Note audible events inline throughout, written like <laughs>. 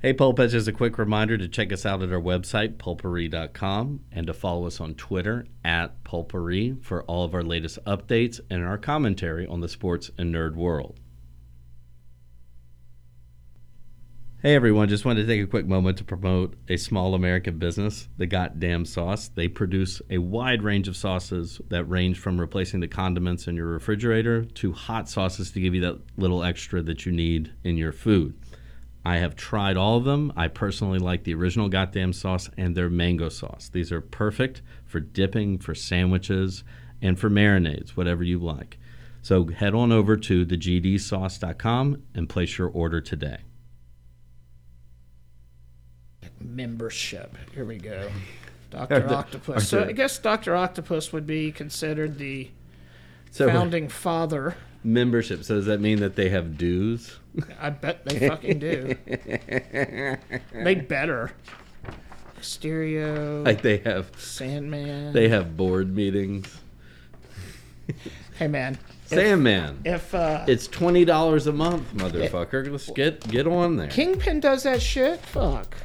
Hey, Pulp Edge, as a quick reminder to check us out at our website, pulpery.com, and to follow us on Twitter at pulpery for all of our latest updates and our commentary on the sports and nerd world. Hey everyone, just wanted to take a quick moment to promote a small American business, The Goddamn Sauce. They produce a wide range of sauces that range from replacing the condiments in your refrigerator to hot sauces to give you that little extra that you need in your food. I have tried all of them. I personally like the original Goddamn Sauce and their mango sauce. These are perfect for dipping, for sandwiches, and for marinades, whatever you like. So head on over to thegdsauce.com and place your order today. membership. Here we go. Doctor Octopus. So I guess Doctor Octopus would be considered the So founding father. membership. So does that mean that they have dues? I bet they fucking do. they better. Stereo, Like they have Sandman. they have board meetings. hey man, Sandman. if uh, It's twenty dollars a month, motherfucker. Let's get get on there. Kingpin does that shit, fuck.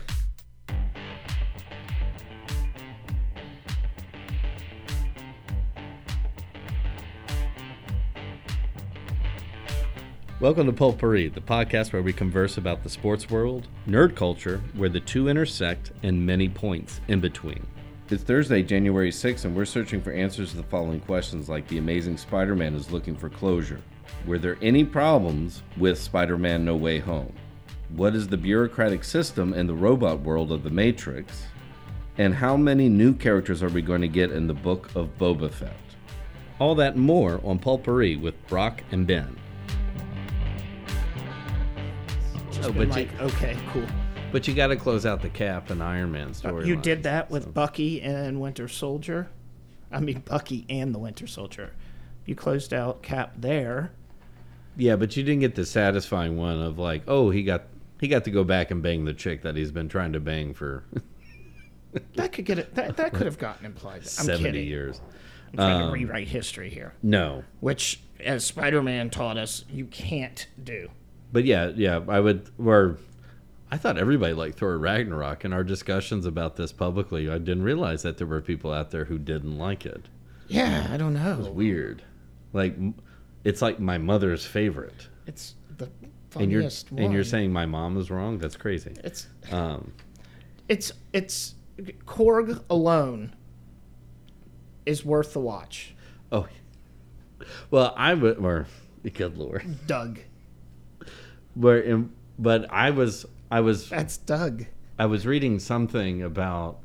Welcome to Potpourri, the podcast where we converse about the sports world, nerd culture, where the two intersect, and many points in between. It's Thursday, January 6th, and we're searching for answers to the following questions like The Amazing Spider Man is looking for closure. Were there any problems with Spider Man No Way Home? What is the bureaucratic system and the robot world of The Matrix? And how many new characters are we going to get in the book of Boba Fett? All that and more on Potpourri with Brock and Ben. Oh, Been but you, like, okay, cool. but you got to close out the Cap and Iron Man story. Uh, You did that with Bucky and Winter Soldier. I mean, Bucky and the Winter Soldier. You closed out Cap there. Yeah, but you didn't get the satisfying one of like, oh, he got he got to go back and bang the chick that he's been trying to bang for That could get it. That, that could have gotten implied. <laughs> I'm seventy kidding. years. Um, I'm trying to rewrite history here, No, which, as Spider-Man taught us, you can't do. but yeah, yeah, I would. Or I thought everybody liked Thor Ragnarok. In our discussions about this publicly, I didn't realize that there were people out there who didn't like it. Yeah, I don't know. Weird, like m- it's like my mother's favorite, It's the and you're funniest one. and you're saying my mom is wrong. That's crazy. it's Um, it's it's Korg alone is worth the watch. oh, well, I would. Or good lord. Doug, where in, but I was I was that's Doug. I was reading something about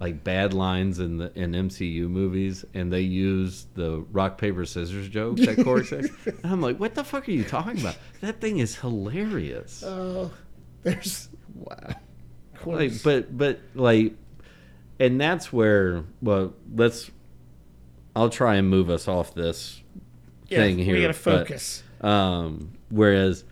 like bad lines in the in MCU movies, and they use the rock paper scissors joke that Corey says, and I'm like, what the fuck are you talking about? That thing is hilarious. Oh, there's wow. like, but but like, and that's where well, let's. I'll try and move us off this thing here. We gotta but- focus. Um, whereas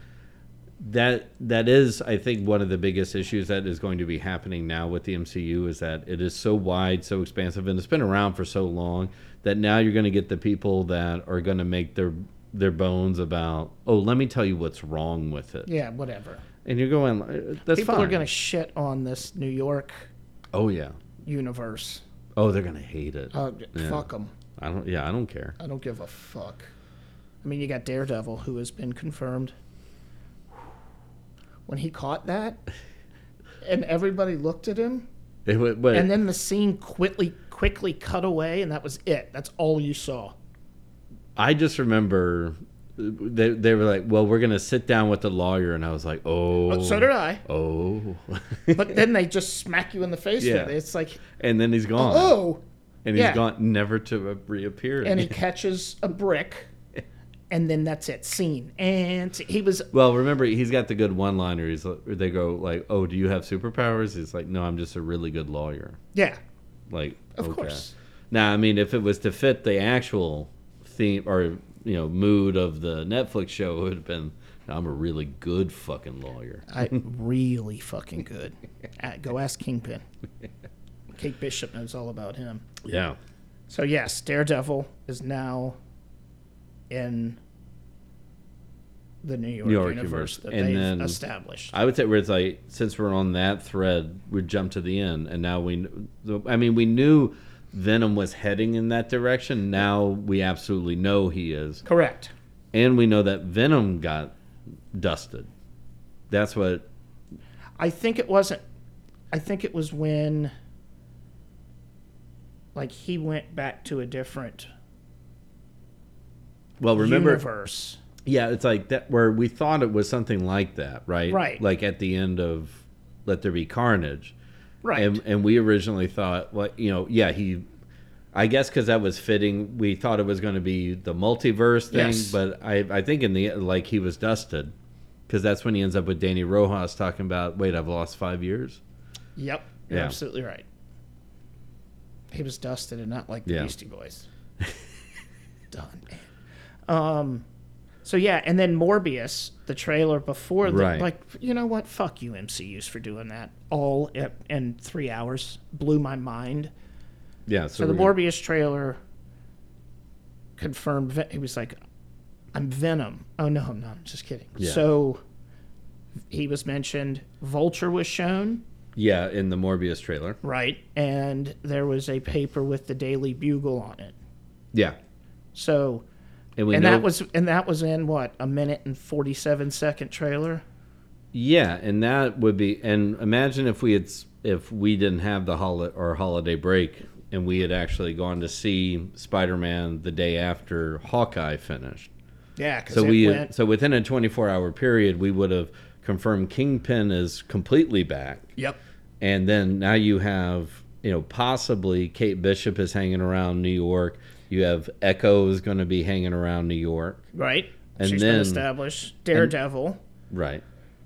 that that is, I think, one of the biggest issues that is going to be happening now with the MCU is that it is so wide, so expansive, and it's been around for so long that now you're going to get the people that are going to make their their bones about, oh, let me tell you what's wrong with it, yeah, whatever. and you're going, "Uh, that's People fine. are gonna shit on this New York oh yeah, universe. oh they're going to hate it. Uh, Yeah. Fuck them. I don't, yeah, I don't care. I don't give a fuck. I mean, you got Daredevil, who has been confirmed. When he caught that, and everybody looked at him, It, wa- but and then the scene quickly quickly cut away, and that was it. That's all you saw. I just remember. uh, They, they were like, well, we're gonna sit down with the lawyer, and I was like, oh, So did I. Oh. <laughs> But then they just smack you in the face Yeah. with it. It's like, and then he's gone. oh, and he's yeah. gone, never to reappear. and he catches a brick, and then that's it. Scene. And he was <laughs> well, remember, he's got the good one liner. He's like- They go, like, oh, do you have superpowers? He's like, no, I'm just a really good lawyer. yeah, Like, of okay. course. Now, I mean, if it was to fit the actual theme or, you know, mood of the Netflix show, it would have been, I'm a really good fucking lawyer. <laughs> I really fucking good. Uh, Go ask Kingpin. Kate Bishop knows all about him. Yeah. So yes, Daredevil is now in the New York, York universe. universe, that And they've then- established. I would say where it's like since we're on that thread, we jump to the end, and now we. kn- the- I mean, we knew Venom was heading in that direction. Now we absolutely know he is, Correct. and we know that Venom got dusted. That's what. I think it wasn't. I think it was when, like, he went back to a different Well, remember, universe. yeah, it's like that where we thought it was something like that, right? Right. Like at the end of Let There Be Carnage. Right. And, and we originally thought, like, you know, yeah, he, I guess because that was fitting, we thought it was going to be the multiverse thing, Yes. but I, I think in the end, like, he was dusted because that's when he ends up with Danny Rojas talking about, wait, I've lost five years. yep. You're Yeah. absolutely right. He was dusted and not like the Yeah. Beastie Boys. <laughs> Done. Um, so yeah, and then Morbius, the trailer before, the, Right. like, you know what? Fuck you, MCU's for doing that all in- in three hours. Blew my mind. Yeah. So the we're gonna- Morbius trailer confirmed Ven- he was like, "I'm Venom." Oh no, I'm not. I'm just kidding. Yeah. So he was mentioned. Vulture was shown, Yeah, in the Morbius trailer. right? And there was a paper with the Daily Bugle on it. Yeah. So And, we and know, that was and that was in what a minute and forty seven second trailer. Yeah, and that would be and imagine if we had s- if we didn't have the hol- or holiday break and we had actually gone to see Spider-Man the day after Hawkeye finished. Yeah, because So it we uh, went. so within a 24-hour period we would have confirmed Kingpin is completely back. Yep. And then now you have, you know, possibly Kate Bishop is hanging around New York. You have Echo is going to be hanging around New York. Right. And She's then- been established. Daredevil, Right.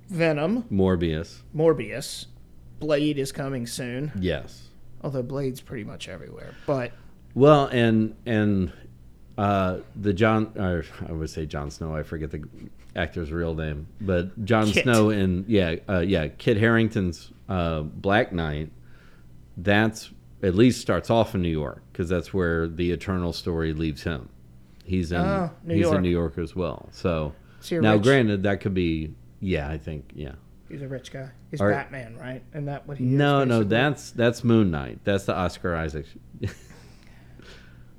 Venom, Morbius. Morbius, Blade is coming soon. Yes. although Blade's pretty much everywhere. But Well, and and uh, the John, or I would say John Snow. I forget the actor's real name, but John Kit. Snow in yeah, uh, yeah, Kit Harrington's uh, Black Knight. That's at least starts off in New York because that's where the Eternal story leaves him. He's in Oh, New he's York. in New York as well. So, So you're now, rich. granted, that could be yeah. I think yeah. he's a rich guy. He's Are- Batman, right? And that what he No, is. no, basically? that's that's Moon Knight. That's the Oscar Isaac. <laughs>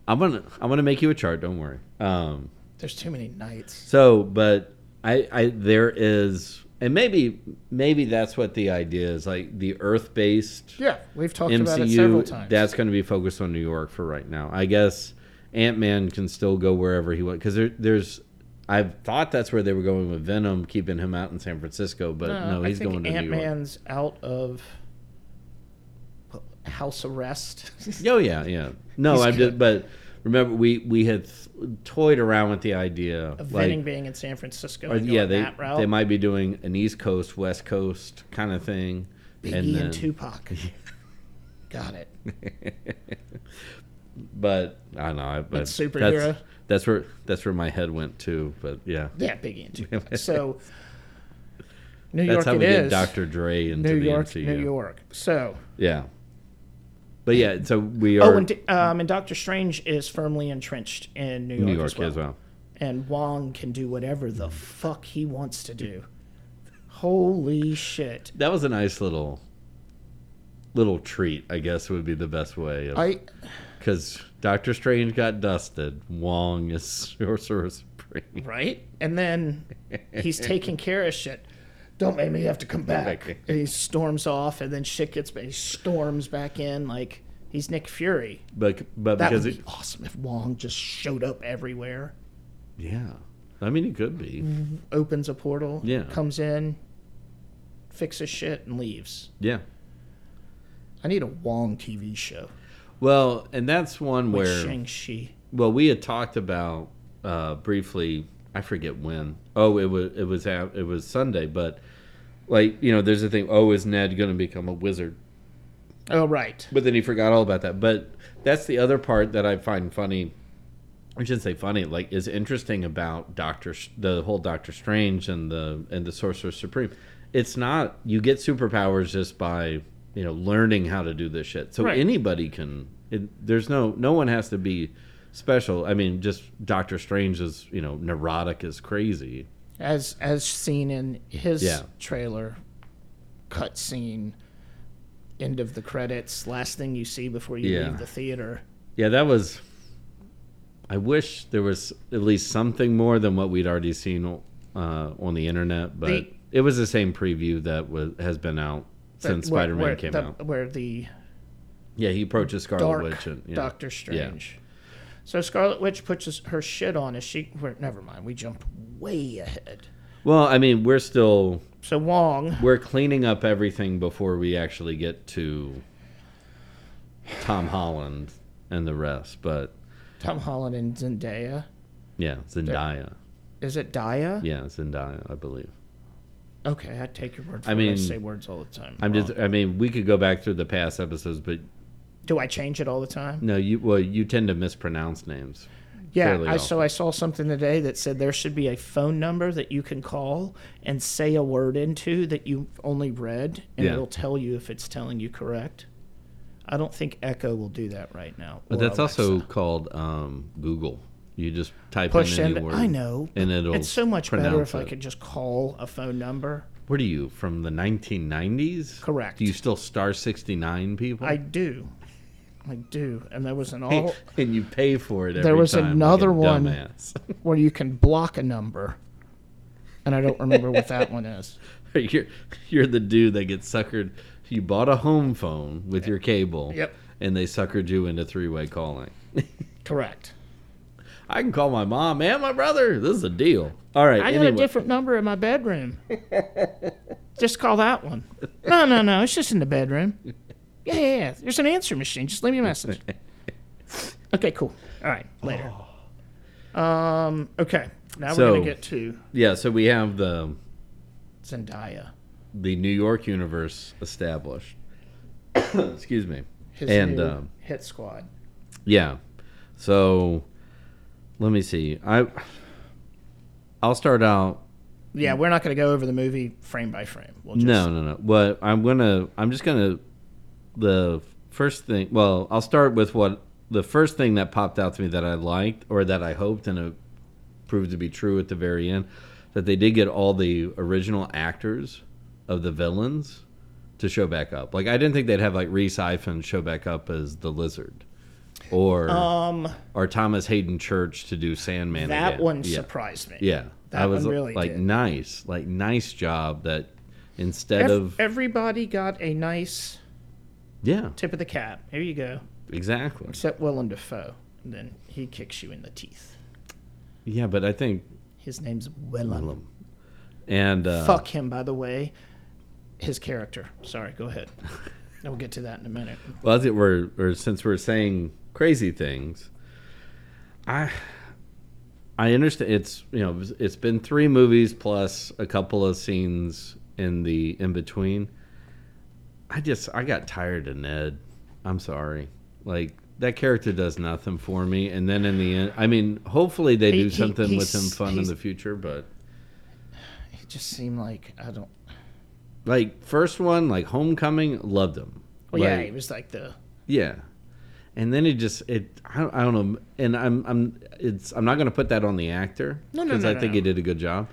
I'm gonna I'm gonna make you a chart. Don't worry. Um, There's too many knights. so, but I, I there is, and maybe maybe that's what the idea is. Like the Earth based Yeah, we've talked about it several MCU. times. That's going to be focused on New York for right now. I guess Ant Man can still go wherever he went because there, there's. I've thought that's where they were going with Venom, keeping him out in San Francisco, but no, he's I think going to Ant New York. Man's out of house arrest. <laughs> Oh yeah, yeah. No, He's I'm just. good. But remember, we we had th- toyed around with the idea, of Venning like, being in San Francisco. or, and yeah, going they that route. they might be doing an East Coast, West Coast kind of thing, Biggie and and, then, <laughs> Tupac. Got it. but I don't know. I, but That's superhero. That's, that's where that's where my head went to. But yeah, Yeah, <laughs> Biggie and Tupac. So New that's York how it we get is. Dr. Dre into New the York, MCU. New York. So Yeah. But yeah, so we are Oh, and, um, and Doctor Strange is firmly entrenched in New York, New York as well. as well. And Wong can do whatever the fuck he wants to do. Holy shit. That was a nice little little treat, I guess would be the best way. Of, I Because Doctor Strange got dusted. Wong is <laughs> Sorcerer Supreme. right? And then <laughs> he's taking care of shit. Don't make me have to come back. Okay. And he storms off and then shit gets he storms back in like he's Nick Fury. But but That because would it, be awesome if Wong just showed up everywhere, yeah, I mean it could be opens a portal, Yeah. comes in, fixes shit and leaves. yeah. I need a Wong TV show. Well, and that's one Like where Shang-Chi. well we had talked about uh, briefly. I forget when. Oh, it was it was a- it was Sunday, but like you know, there's a thing. Oh, is Ned going to become a wizard? Oh, right. But then he forgot all about that. But that's the other part that I find funny. I shouldn't say funny. Like is interesting about Doctor the whole Doctor Strange and the and the Sorcerer Supreme. It's not you get superpowers just by you know learning how to do this shit. So Right. anybody can. It, there's no no one has to be special. I mean, just Doctor Strange is you know neurotic as crazy. as as seen in his Yeah. trailer cutscene end of the credits last thing you see before you Yeah. leave the theater Yeah, that was. I wish there was at least something more than what we'd already seen uh, on the internet, but The- it was the same preview that was, has been out But since where- Spider where Man came the- out. where the Yeah, he approaches Scarlet dark Witch. And, yeah. Doctor Strange. So Scarlet Witch puts his- her shit on as she. We're, never mind. We jumped way ahead. Well, I mean, we're still So Wong, we're cleaning up everything before we actually get to Tom Holland and the rest. But Tom Holland, and Zendaya. yeah, Zendaya. Is it Daya? Yeah, Zendaya, I believe. Okay, I take your word. For I I mean, I say words all the time. I'm wrong. just. I mean, we could go back through the past episodes, but Do I change it all the time? No, you well, you tend to mispronounce names. Yeah. fairly I, so I saw something today that said there should be a phone number that you can call and say a word into that you only read, and Yeah. it'll tell you if it's telling you correct. I don't think Echo will do that right now. But or that's also Alexa. called um, Google. You just type push in in. any word. I know. and it'll It's so much better pronounce if I it. could just call a phone number. What are you from the 1990s? Correct. Do you still star 69 people? <laughs> I do. I do. And there was an all and you pay for it. Every There was time, like a another one. dumbass. <laughs> where you can block a number. And I don't remember what that one is. you're you're the dude that gets suckered. You bought a home phone with your cable. Yep. And they suckered you into three way calling. Correct. I can call my mom and my brother. This is a deal. All right. I got anyway. a different number in my bedroom. just call that one. No, no, no. It's just in the bedroom. Yeah, yeah, yeah. There's an answer machine. Just leave me <laughs> a message. Okay, cool. All right, later. Um, okay. Now we're Oh. So- gonna get to Yeah. So we have the Zendaya. the New York universe established. <coughs> Excuse me. His And, new um, hit squad. Yeah. So let me see. I I'll start out. Yeah, we're not going to go over the movie frame by frame. We'll just, no, no, no. What I'm gonna I'm just gonna the first thing. Well, I'll start with what the first thing that popped out to me that I liked or that I hoped and it proved to be true at the very end that they did get all the original actors of the villains to show back up. Like I didn't think they'd have like Reese Ifen show back up as the lizard or Um, or Thomas Hayden Church to do Sandman. that again. one yeah. surprised me. Yeah, That I was one really like did. nice, like nice job that instead Ev- of everybody got a nice yeah, tip of the cap. Here you go. exactly. Except Willem Dafoe. And then he kicks you in the teeth. Yeah, but I think His name's Willem. and uh, Fuck him, by the way. His character. Sorry, go <laughs> ahead. And we'll get to that in a minute. well, as it were, or since we're saying crazy things, I I understand it's you know it's been three movies plus a couple of scenes in the in between. I just I got tired of Ned. I'm sorry, like that character does nothing for me. And then in the end, I mean, hopefully they He- do he- something with he's- him fun in he's- the future, but. It just seemed like, I don't. Like first one, like Homecoming, loved him. Well, yeah, Like, it was like the. Yeah, and then it just it I don't, I don't know, and I'm I'm it's I'm not gonna put that on the actor No, no, I no, no, think no. he did a good job.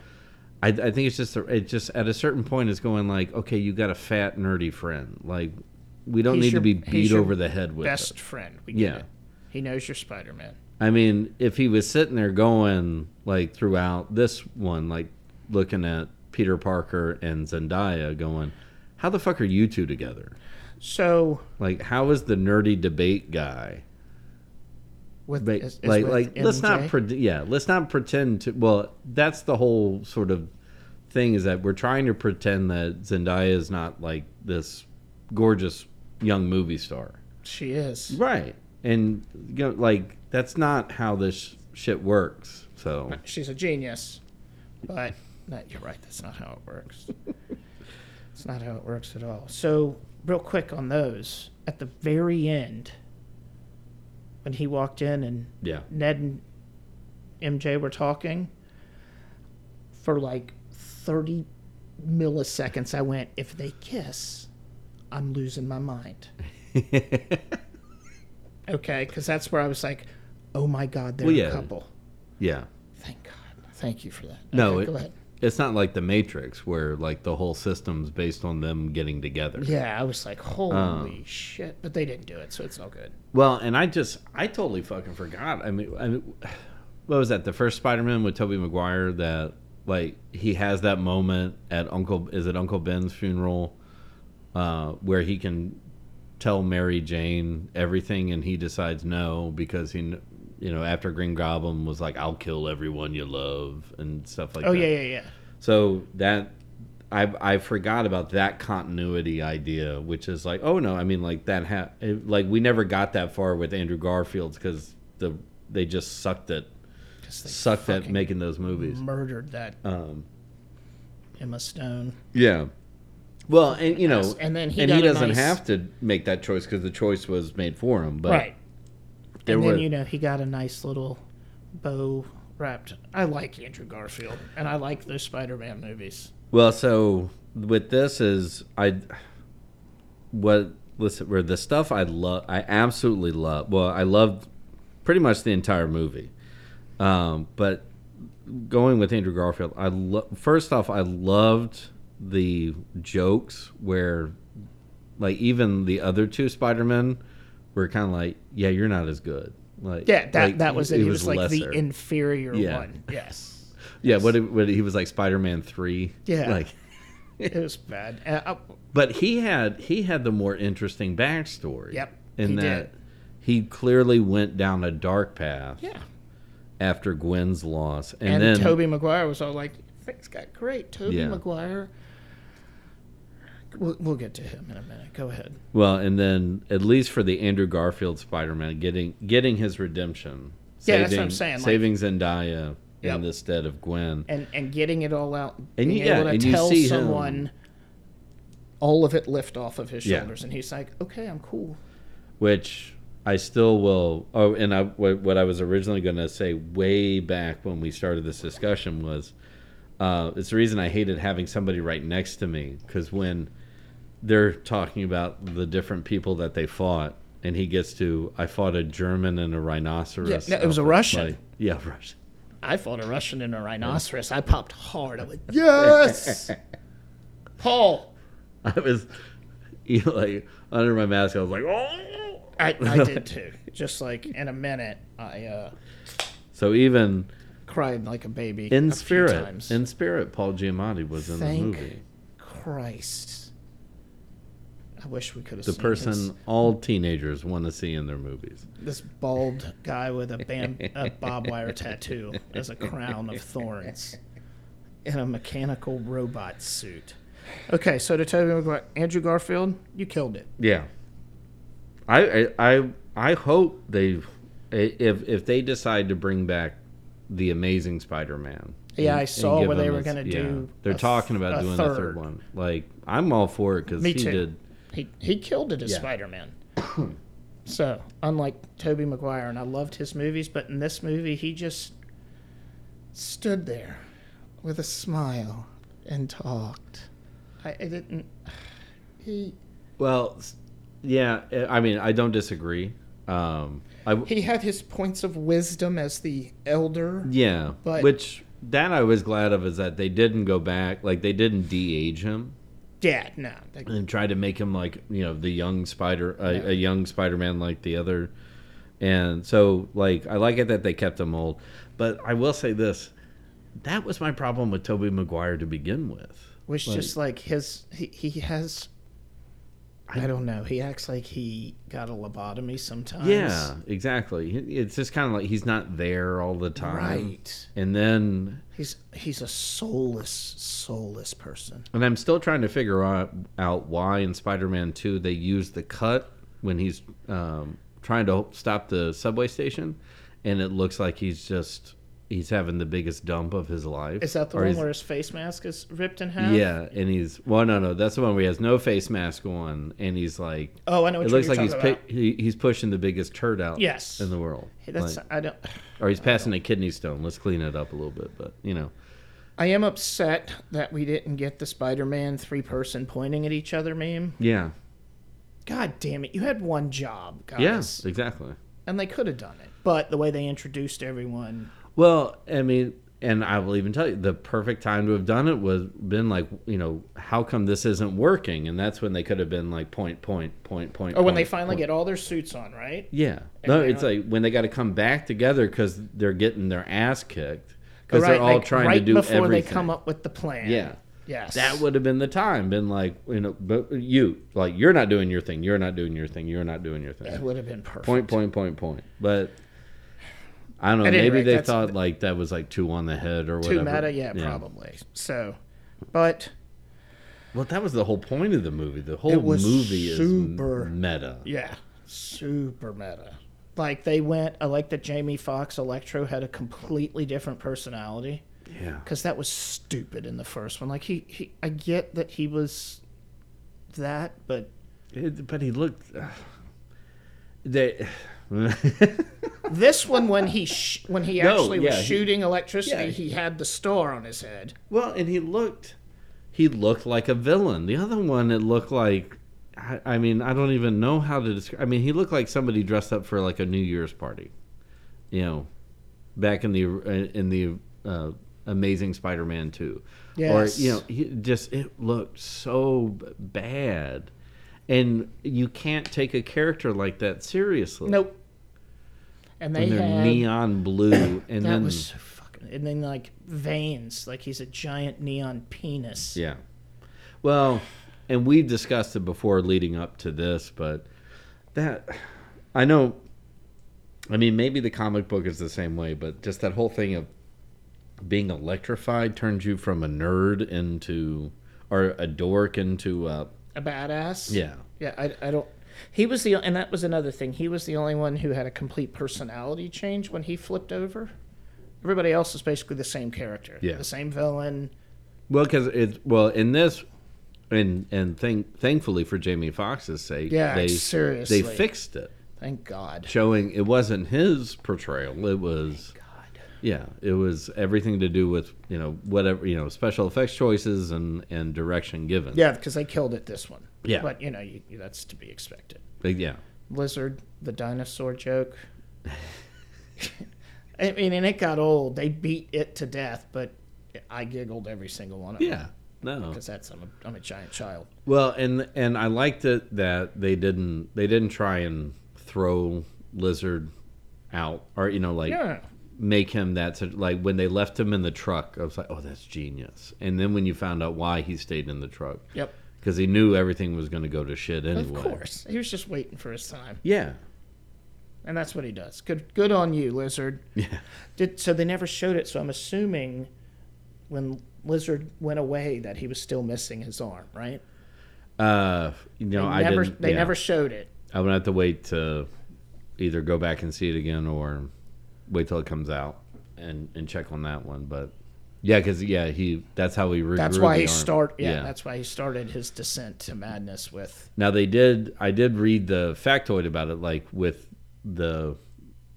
I, I think it's just a- it just at a certain point it's going like okay you got a fat nerdy friend like we don't He's need your- to be he's beat your over the head with Best it. friend. We Yeah. yeah. He knows you're Spider Man. I mean if he was sitting there going like throughout this one like looking at Peter Parker and Zendaya going how the fuck are you two together So. Like, how is the nerdy debate guy? With, Like, is- is like, with like let's not, MJ? pre- yeah, let's not pretend to. Well, that's the whole sort of thing is that we're trying to pretend that Zendaya is not like this gorgeous young movie star, She is. right? And you know, like, that's not how this shit works. <laughs> So, She's a genius, but that, you're right. That's not how it <laughs> works. it's not how it works at all. So, real quick on those, at the very end, when he walked in and yeah, Ned and MJ were talking, for like 30 milliseconds, I went, if they kiss, I'm losing my mind. Okay, because that's where I was like, oh my God, they're Well, yeah. a couple. yeah. Thank God. Thank you for that. No, Okay, it- go ahead. it's not like the Matrix where like the whole system's based on them getting together. Yeah, I was like, Um, holy shit. But they didn't do it, so it's all good. Well, and I just I totally fucking forgot. I mean, I mean, what was that? The first Spider-Man with Tobey Maguire that like he has that moment at Uncle is it Uncle Ben's funeral uh, where he can tell Mary Jane everything and he decides no because he kn- you know after Green Goblin was like I'll kill everyone you love and stuff like Oh, that. yeah, yeah, yeah. So that I I forgot about that continuity idea, which is like, oh no, I mean like that ha- it- like we never got that far with Andrew Garfield's because the they just sucked at Because sucked at fucking making those they movies. murdered that Um, Emma Stone. yeah. Well, and you know, Mm-hmm. And then he and got he a doesn't nice- have to make that choice because the choice was made for him. But right. there and were then, you know, he got a nice little bow wrapped. I like Andrew Garfield, and I like those Spider Man movies. Well, so with this is I what listen where the stuff I love I absolutely love. Well, I loved pretty much the entire movie. Um, but going with Andrew Garfield, I lo- first off I loved the jokes where like even the other two Spider-Men were kind of like, yeah, you're not as good. Like Yeah, that, like, that was it. He was, like lesser. the inferior Yeah. one. Yes. yeah, what, it- what it- he was like Spider-Man 3. Yeah. Like it was bad. Uh, uh, But he had he had the more interesting backstory. Yep, In he that did. he clearly went down a dark path yeah. after Gwen's loss, and, And, then Toby Maguire was all like, things got great. Toby Yeah. Maguire. We'll, we'll get to him in a minute. Go ahead. well, and then at least for the Andrew Garfield Spider-Man, getting getting his redemption. Yeah, that's what I'm saying, like- Saving Zendaya Yep. in the stead of Gwen. And and getting it all out, And being you- yeah, able to and you tell see him- someone all of it lift off of his Yeah. shoulders, and he's like, "Okay, I'm cool." which I still will. Oh, and I what, what I was originally going to say way back when we started this discussion was uh, it's the reason I hated having somebody right next to me because when they're talking about the different people that they fought, and he gets to I fought a German and a rhinoceros. Yeah, no, it was a Like, Russian. yeah, <laughs> Russian. I fought a Russian and a rhinoceros. I popped hard. I went, <laughs> "Yes, <laughs> Paul." I was you know, like under my mask. I was like, oh. I, <laughs> I did too. Just like in a minute, I uh, So even cried like a baby in a few spirit, times. in spirit, Paul Giamatti was in Thank the movie. Christ. I wish we could have the seen person this, all teenagers want to see in their movies. this bald guy with a, bam, <laughs> a bob wire tattoo as a crown of thorns in a mechanical robot suit. Okay, so to Toby McGuire, Andrew Garfield, you killed it. Yeah, I I I, I hope they if if they decide to bring back the Amazing Spider-Man. Yeah, and- I and saw give where they him were a- gonna yeah. do They're a talking about th- a doing the third. third one. Like I'm all for it because Me he too. did. He he killed it as Yeah. Spider Man. <coughs> so unlike Toby Maguire, and I loved his movies, but in this movie he just stood there with a smile and talked. I, I didn't. <sighs> He Well, s- yeah. I mean, I don't disagree. Um, I he had his points of wisdom as the elder. Yeah, But- which that I was glad of is that they didn't go back, like they didn't de-age him Yeah, no, that- and try to make him like you know the young spider, a, Yeah. a young Spider-Man like the other. And so, like, I like it that they kept him old, but I will say this: that was my problem with Toby Maguire to begin with. was just like his. He he has. I don't know. He acts like he got a lobotomy sometimes. Yeah, exactly. It's just kind of like he's not there all the time, Right. And then He's he's a soulless, soulless person. And I'm still trying to figure out, out why in Spider-Man 2 they use the cut when he's um, trying to stop the subway station, and it looks like he's just he's having the biggest dump of his life. Is that the Or one he's- where his face mask is ripped in half? Yeah, and he's well, no, no, that's the one where he has no face mask on, and he's like, Oh, I know. What it looks you're like he's talking pi- he, he's pushing the biggest turd out Yes. in the world. about. That's Like- I don't. or he's passing a kidney stone. Let's clean it up a little bit, but you know, I am upset that we didn't get the Spider-Man three-person pointing at each other meme. yeah, God damn it! You had one job, guys. yes, exactly. And they could have done it, but the way they introduced everyone, Well, I mean, and I will even tell you the perfect time to have done it was been like you know how come this isn't working and that's when they could have been like point point point point Or Oh, when point, they finally point. get all their suits on, right? yeah no they're it's not- like when they got to come back together because they're getting their ass kicked because they're all like, trying right to do before everything they come up with the plan. yeah Yes. that would have been the time been like you know but you like you're not doing your thing you're not doing your thing you're not doing your That thing would have been perfect. point point point point but i don't know At any maybe rate, they that's- thought like that was like two on the head or Too whatever meta, yeah, probably. So, but well that was the whole point of the movie the whole It was movie is super- meta yeah, super meta. Like they went, I like that Jamie Foxx Electro had a completely different personality. yeah because that was stupid in the first one. Like he, he, I get that he was that, but It- but he looked uh, they <laughs> this one when he sh- when <laughs> he No, actually was yeah, he- shooting electricity, yeah, he, had the star on his head. Well, and he looked he looked like a villain. The other one it looked like I, I mean, I don't even know how to describe I mean, he looked like somebody dressed up for like a New Year's party. You know, back in the in the uh, Amazing Spider-Man 2. Yes. Or you know, he just it looked so b- bad. And you can't take a character like that seriously. Nope. And they When they're had neon blue and that then was so fucking, and then like veins, like he's a giant neon penis. Yeah. Well, and we discussed it before leading up to this, but that I know I mean maybe the comic book is the same way, but just that whole thing of being electrified turns you from a nerd into or a dork into uh A badass. yeah. Yeah, I, I don't. He was the, and that was another thing. He was the only one who had a complete personality change when he flipped over. Everybody else is basically the same character, Yeah. the same villain. Well, cuz it well in this and and thank thankfully for Jamie Foxx's sake, Yeah, they seriously. they fixed it, Thank God. showing it wasn't his portrayal, it was God. Yeah, it was everything to do with you know whatever you know special effects choices and and direction given. Yeah, because they killed it this one. Yeah. but you know you, you- that's to be expected. Like, yeah, Lizard, the dinosaur <laughs> joke. I mean, and it got old. They beat it to death, but I giggled every single one of them. yeah. Oh. No, because that's I'm a, I'm a giant child. well, and and I liked it that they didn't they didn't try and throw lizard out or you know like Yeah. make him that such, like when they left him in the truck. I was like, oh, that's genius. And then when you found out why he stayed in the truck, Yep. because he knew everything was going to go to shit Of anyway. course, he was just waiting for his time. Yeah. and that's what he does. Good, good on you, Lizard. Yeah. Did so they never showed it, so I'm assuming when Lizard went away that he was still missing his arm, right? Uh, you know, I never, didn't. They yeah. never showed it. I would have to wait to either go back and see it again or wait till it comes out and, and check on that one. But yeah, because yeah, he that's how he regrew That's why the he arm. Mm-hmm. start. Yeah, that's why he started his descent to madness with. now they did. I did read the factoid about it, like with the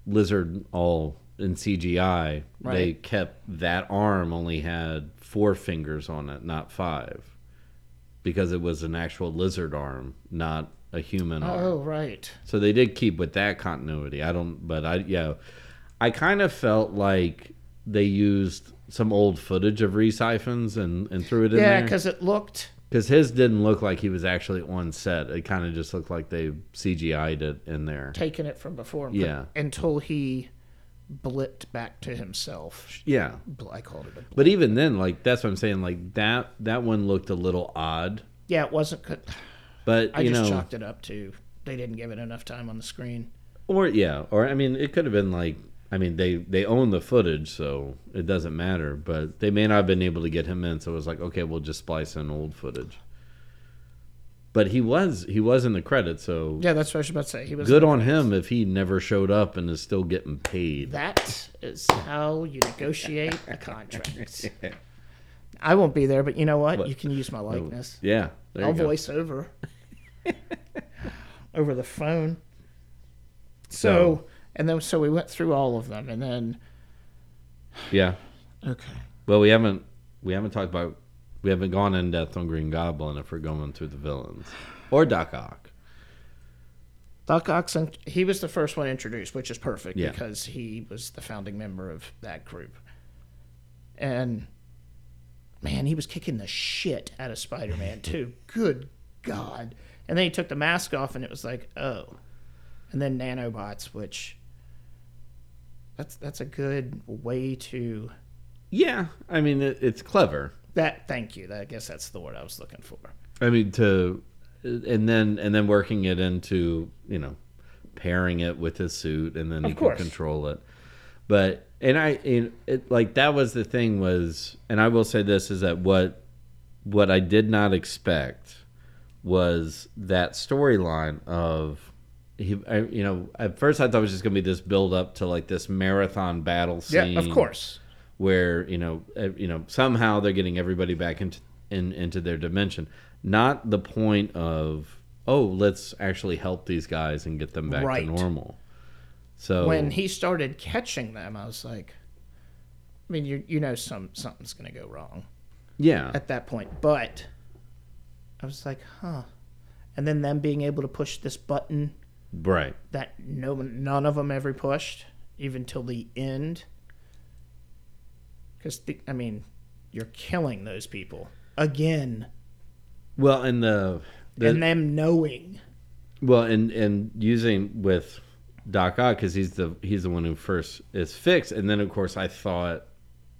lizard all in CGI. They Right. kept that arm only had four fingers on it, not five, because it was an actual lizard arm, not a human arm. Oh, right. So they did keep with that continuity. I don't, but I, yeah, I kind of felt like they used some old footage of Reese Hyphens and, and threw it in Yeah, there. because it looked. Because his didn't look like he was actually on set. It kind of just looked like they CGI'd it in there. taken it from before. and put- Yeah. Until he blipped back to himself. Yeah. Bl- I called it a. But even then, like, that's what I'm saying. Like, that, that one looked a little odd. Yeah, it wasn't. good. But, I you just know, chalked it up to they didn't give it enough time on the screen. or, yeah, or, I mean, it could have been like, I mean, they, they own the footage, so it doesn't matter. But they may not have been able to get him in, so it was like, okay, we'll just splice in old footage. But he was he was in the credits, so Yeah, that's what I was about to say. He was good on him if he never showed up and is still getting paid. That is how you negotiate a <laughs> contract. I won't be there, but you know what? You can use my likeness. Yeah, oh, there I'll you go. voice <laughs> over over the phone. So, and then so we went through all of them, and then Yeah. okay, Well, we haven't we haven't talked about we haven't gone in depth on Green Goblin if we're going through the villains or Doc Ock. Doc Ock. sent- He was the first one introduced, which is perfect Yeah. because he was the founding member of that group. And man, he was kicking the shit out of Spider Man too. Good God. And then he took the mask off and it was like, oh. And then nanobots, which that's that's a good way to Yeah, I mean it, it's clever. that thank you. That, I guess that's the word I was looking for. I mean to, and then and then working it into you know, pairing it with his suit, and then he Of course. can control it. But and I and it, like that was the thing was, and I will say this is that what what I did not expect was that storyline of. He, I, you know, at first I thought it was just going to be this build up to like this marathon battle scene. Yeah, of course. where you know eh, you know somehow they're getting everybody back into in, into their dimension not the point of oh let's actually help these guys and get them back to Right. normal so When he started catching them, I was like, I mean, you you know, some something's gonna go wrong. yeah at that point. But I was like, huh. And then them being able to push this button right that no one- none of them ever pushed, even till the end. Because I mean, you're killing those people again, well and the, the and them knowing. well and and using with doc ock because he's the he's the one who first is fixed and then of course i thought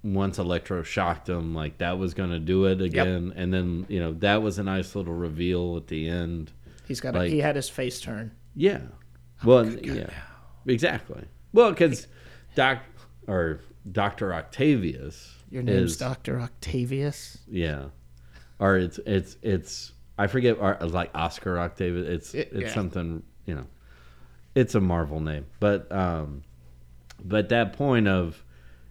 once electro shocked him like that was going to do it again and then you know that was a nice little reveal at the end He's got. a- Like- he had his face turn. Yeah. Well, yeah. Exactly. Well, because Doc or Doctor Octavius. Your name's is- Doctor Octavius. Yeah. Or it's it's it's I forget or uh, like Oscar Octavius. It's It- it's yeah. something you know. It's a Marvel name, but um, but that point of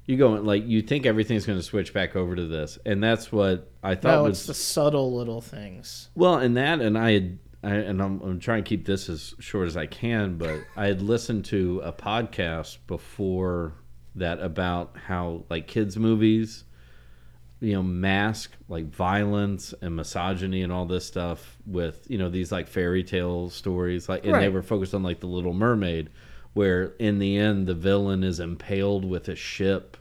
you going like you think everything's going to switch back over to this, and that's what I thought No, was Oh, it's the subtle little things. well, and that, and I had, I, and I'm, I'm trying to keep this as short as I can, but I had listened to a podcast before that about how, like, kids' movies, you know, mask like violence and misogyny and all this stuff with, you know, these like fairy tale stories. Like, and they Right. were focused on, like, The Little Mermaid, where in the end, the villain is impaled with a ship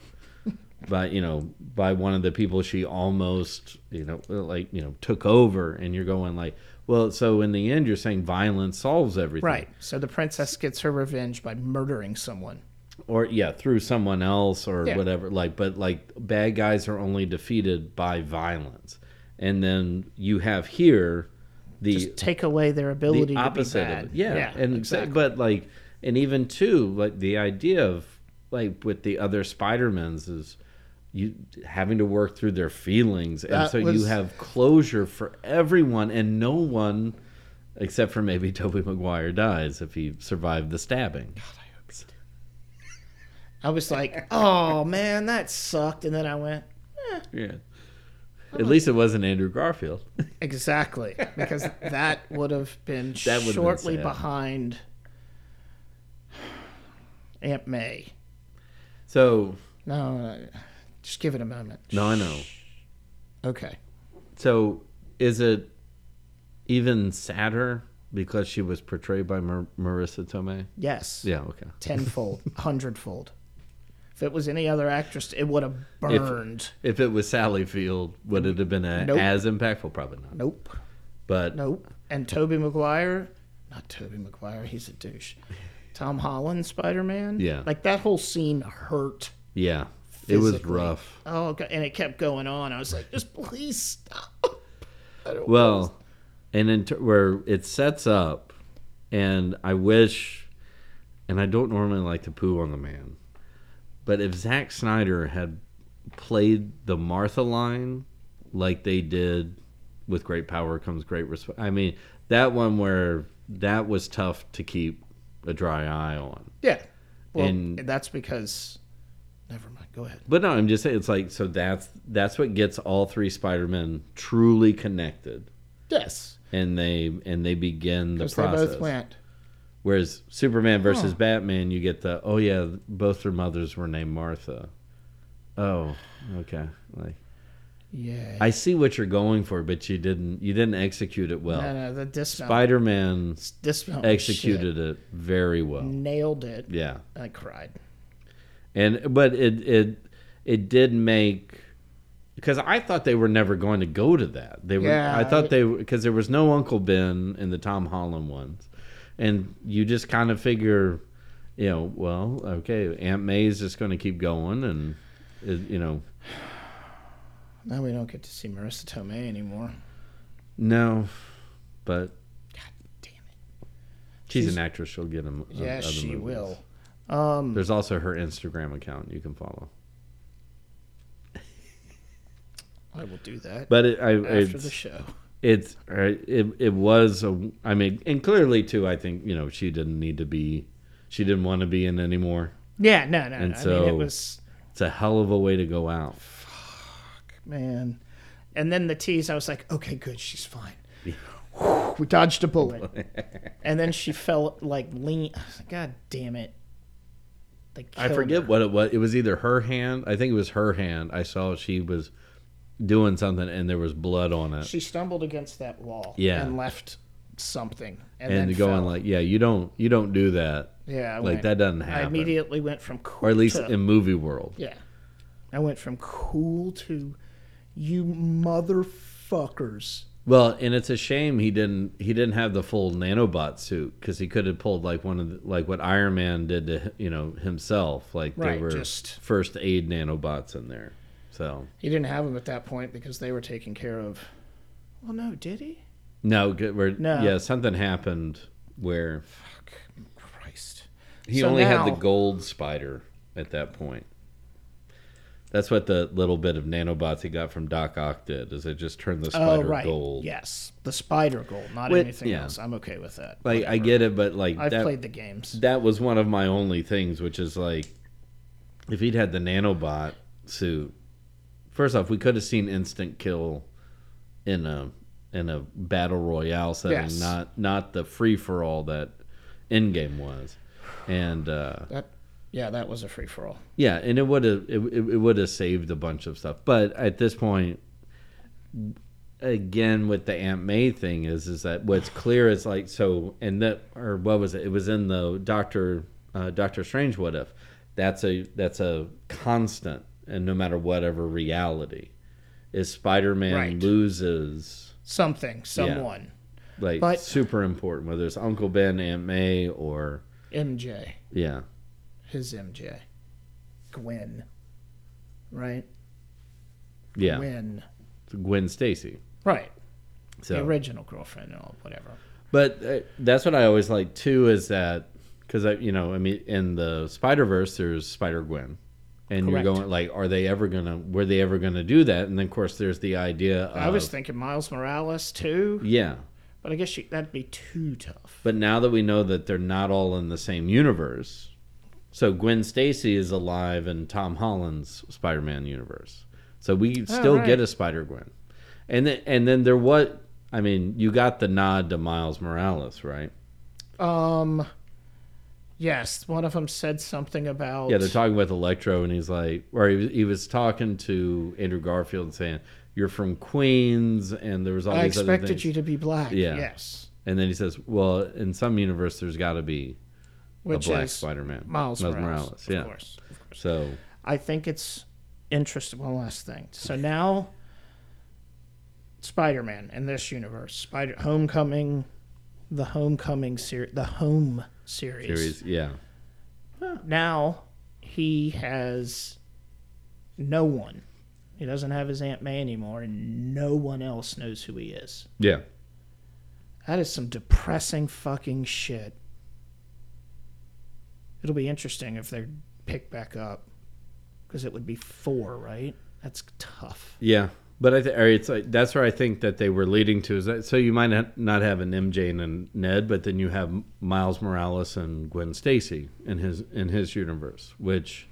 by you know by one of the people she almost you know like you know took over and you're going like well so in the end you're saying violence solves everything Right. So the princess gets her revenge by murdering someone. or yeah through someone else or Yeah. whatever like but like bad guys are only defeated by violence and then you have here the Just take away their ability the opposite to be bad. of it. Yeah, and but like, and even too, like the idea of like with the other Spider-Mans is you having to work through their feelings, and That so you was- have closure for everyone, and no one except for maybe <laughs> Toby Maguire dies if he survived the stabbing. I was like, oh man, that sucked. And then I went, Yeah. At least it wasn't Andrew Garfield. exactly. Because that would have been <laughs> That would've been shortly sad. behind Aunt May. So No, no, just give it a moment. no, I know. Okay. So is it even sadder because she was portrayed by Mar- Marissa Tomei? Yes. Yeah. Okay. Tenfold, hundredfold. If it was any other actress, it would have burned. If it was Sally Field, would it have been a, Nope. as impactful? Probably not. nope. But Nope. And Toby Maguire, not Toby Maguire, he's a douche. Tom Holland, Spider Man. Yeah. Like that whole scene hurt. yeah, it was Physically. rough. Oh, God. and it kept going on. I was like, just please stop. I don't Well, and in ter- where it sets up, and I wish, and I don't normally like to poo on the man, but if Zack Snyder had played the Martha line like they did with great power comes great respect. I mean, that one where that was tough to keep a dry eye on. yeah. Well, and- that's because. Never mind. Go ahead. But no, I'm just saying it's like so that's that's what gets all three Spider-Men truly connected Yes. and they and they begin the Because they process. both went. Whereas Superman Oh. versus Batman you get the oh yeah, both their mothers were named Martha. Oh, okay. Like Yeah. I see what you're going for, but you didn't you didn't execute it well. no, no, Oh, the dismount. Spider-Man dismount was executed it very shit. well. Nailed it. Yeah. I cried. and but it it it did make because I thought they were never going to go to that. They were. Yeah. I thought they because there was no Uncle Ben in the Tom Holland ones, and you just kind of figure, you know, well, okay, Aunt May is just going to keep going, and it, you know, Now we don't get to see Marissa Tomei anymore. no, but Damn it. she's, She's- an actress. She'll get them. Yes, she will. Um, There's also her Instagram account you can follow. I will do that But it, I, after the it's- show. it's it it was a I mean and clearly too I think you know she didn't need to be she didn't want to be in anymore. Yeah, no, And no. no. I mean, so- it was It's a hell of a way to go out. man. And then the tease, I was like, okay, good, she's fine. Whew, we dodged <laughs> a bullet. and then she fell like lean. I was like, God damn it! They I killed forget her. what it was. It was either her hand. I think it was her hand. I saw she was doing something and there was blood on it. She stumbled against that wall. Yeah. and left something. And, and then going fell. like, yeah, you don't you don't do that. yeah, I like went- that doesn't I happen. immediately went from cool or at least to, in movie world. yeah, I went from cool to you motherfuckers. Well, and it's a shame he didn't he didn't have the full nanobot suit cuz he could have pulled like one of the, like what Iron Man did to you know himself like Right, there were just- first aid nanobots in there. So He didn't have them at that point because they were taken care of. Well, no, did he? no, good- we're, No. yeah, something happened where Fuck, Christ. he So only had now- the gold spider at that point. That's what the little bit of nanobots he got from Doc Ock did is it just turned the Oh, spider right. gold. Yes, the spider gold, not Wait, anything yeah. else. I'm okay with that. Like I get it, but like I've that, played the games. that was one of my only things, which is like, if he'd had the nanobot suit, first off, we could have seen instant kill in a in a battle royale setting, Yes. not not the free for all that Endgame was, and uh, That, yeah, that was a free for all. yeah, and it would have it, it, it would have saved a bunch of stuff. But at this point, again, with the Aunt May thing is is that what's clear is like so, and that or what was it? It was in the Doctor uh, Doctor Strange. What if that's a that's a constant, and no matter whatever reality, is Spider Man Right. loses Something, someone, like But- super important, whether it's Uncle Ben, Aunt May, or MJ, yeah, his MJ, Gwen, right? yeah, Gwen, Gwen Stacy. right? So The original girlfriend or whatever. But uh, that's what I always like too is that because I you know I mean in the Spider Verse there's Spider Gwen, and Correct. you're going like are they ever gonna were they ever gonna do that? And then of course there's the idea of I was thinking Miles Morales too, yeah. but I guess you, that'd be too tough. But now that we know that they're not all in the same universe, so Gwen Stacy is alive in Tom Holland's Spider Man universe, so we still Oh, right. get a Spider Gwen, and then and then there was I mean you got the nod to Miles Morales right? Um, yes, one of them said something about Yeah, they're talking with Electro, and he's like, or he was, he was talking to Andrew Garfield and saying, "You're from Queens," and there was all I these other expected things. you to be black. Yeah. Yes. And then he says, "Well, in some universe, there's got to be Which a black is Spider-Man." Miles, Morales. Of yeah. course. Of course. So I think it's interesting. One last thing. So now, Spider Man in this universe, Spider Homecoming, the Homecoming series, the Home series. series, yeah, Now he has no one. He doesn't have his Aunt May anymore, and no one else knows who he is. yeah, That is some depressing fucking shit. It'll be interesting if they pick back up because it would be four, right? That's tough. yeah. But I th- or it's like that's where I think that they were leading to is that so you might not- not have an MJ and a Ned, but then you have Miles Morales and Gwen Stacy in his in his universe, which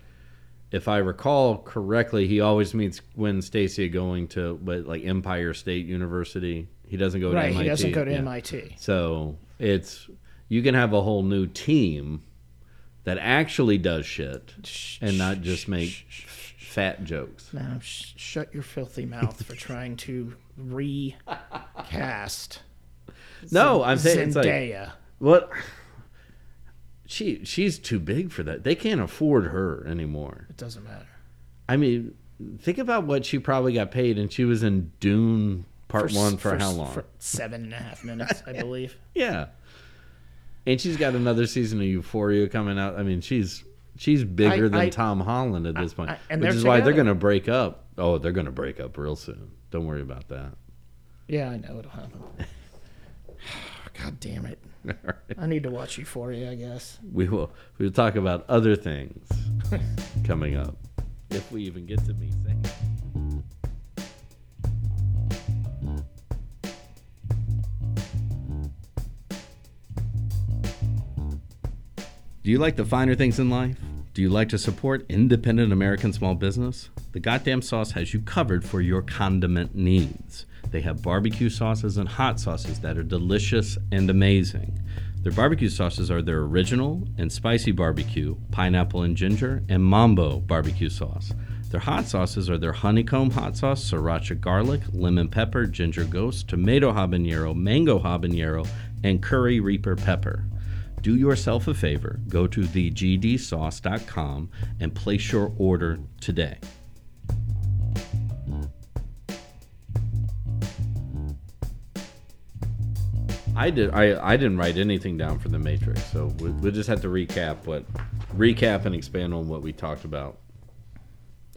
if I recall correctly, he always meets Gwen Stacy going to what, like Empire State University. He doesn't go to right, MIT. he doesn't go to Yeah. MIT. So it's you can have a whole new team that actually does shit and not just make fat jokes. Now, sh- shut your filthy mouth <laughs> for trying to recast No, I'm saying it's like Zendaya. what she she's too big for that. They can't afford her anymore. it doesn't matter. I mean, think about what she probably got paid, and she was in Dune Part s- One for, how s- long? For seven and a half minutes, I believe. yeah, and she's got another season of Euphoria coming out. I mean, she's she's bigger I- than I- Tom Holland at this point, I- and which they're is why they're together. going to break up. Oh, they're going to break up real soon. Don't worry about that. Yeah, I know it'll happen. <sighs> God damn it! I need to watch Euphoria, I guess. We will we will talk about other <laughs> things coming up if we even get to me saying. Do you like the finer things in life? Do you like to support independent American small business? The Goddamn Sauce has you covered for your condiment needs. They have barbecue sauces and hot sauces that are delicious and amazing. Their barbecue sauces are their original and spicy barbecue, pineapple and ginger, and mambo barbecue sauce. Their hot sauces are their honeycomb hot sauce, sriracha garlic, lemon pepper, ginger ghost, tomato habanero, mango habanero, and curry reaper pepper. Do yourself a favor, go to thegdsauce.com and place your order today. I did. I, I didn't write anything down for the Matrix, so we, we just have to recap what, recap and expand on what we talked about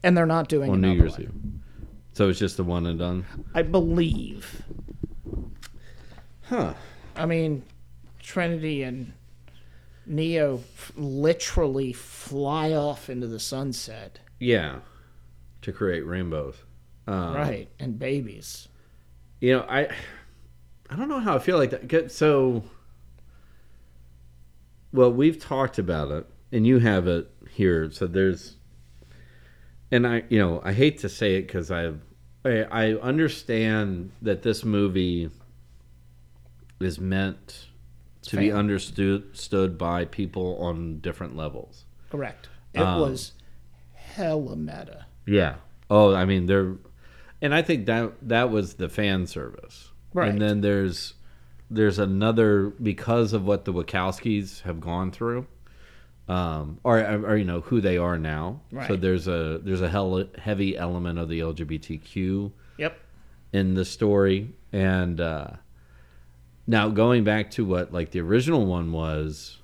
And they're not doing on New another Year's one. Eve. So it's just the one and done. I believe. Huh. I mean, Trinity and Neo f- literally fly off into the sunset, Yeah. To create rainbows. Um, right? And babies. you know i i don't know how i feel like that 'Cause- so well we've talked about it and you have it here so there's and i you know i hate to say it because i i I understand that this movie is meant to be fam- understood stood by people on different levels Correct. It Um. was hella meta. Yeah. Oh, I mean they're and I think that that was the fan service. Right. And then there's there's another because of what the Wachowskis have gone through. Um, or, or you know who they are now. So Right. there's a there's a hell, heavy element of the LGBTQ Yep. in the story and uh now going back to what like the original one was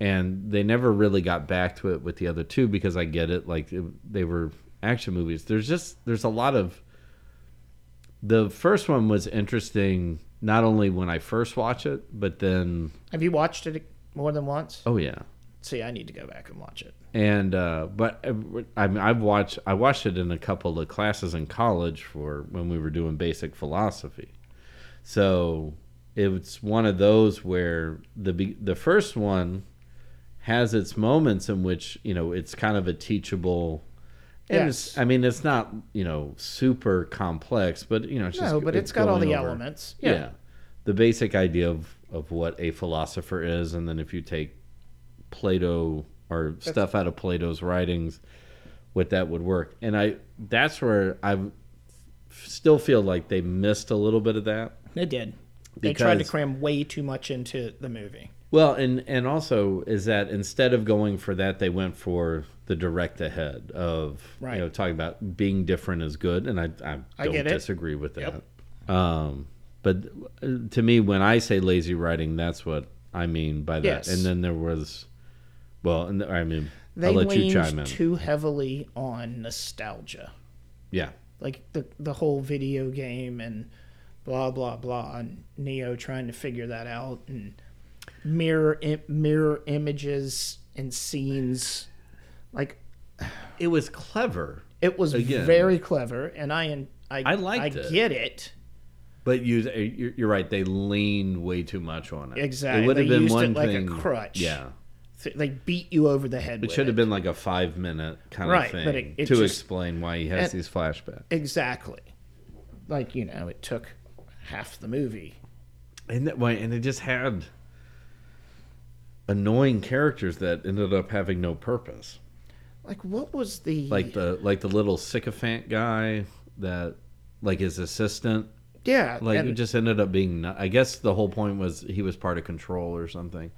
and they never really got back to it with the other two because i get it like it, they were action movies there's just there's a lot of the first one was interesting not only when i first watch it but then Have you watched it more than once? oh yeah See, I need to go back and watch it. and uh, but I mean, I've watched I watched it in a couple of classes in college for when we were doing basic philosophy. So it's one of those where the be- the first one has its moments in which you know it's kind of a teachable. And Yes. it's, I mean, it's not you know super complex, but you know, it's just, No, but it's got all going the over- elements. yeah. the basic idea of, of what a philosopher is and then if you take plato or stuff out of plato's writings what that would work and i that's where i still feel like they missed a little bit of that They did. They tried to Because- cram way too much into the movie. well and and also is that instead of going for that they went for the direct ahead of Right. you know talking about being different is good and i i don't I get it. disagree with that Yep. Um, but uh, to me, when I say lazy writing, that's what I mean by that. Yes. And then there was, well, and th- I mean, They I'll let you leaned chime in. too heavily on nostalgia, yeah, like the the whole video game and blah blah blah, and Neo trying to figure that out and mirror Im- mirror images and scenes. Like it was clever, it was Again. very clever, and I and I I liked I it. get it. but you uh, you're you're right. They leaned way too much on it. Exactly. It would have They been used one it like a thing. crutch. Yeah. Th- They beat you over the head. It with should have it. been like a five minute kind Right, of thing but it- it to just- explain why he has and- these flashbacks. Exactly. Like, you know, it took half the movie. And that way, and it just had annoying characters that ended up having no purpose. Like, what was the. like the like the little sycophant guy that like his assistant Yeah. like and it just ended up being no- i guess the whole point was he was part of control or something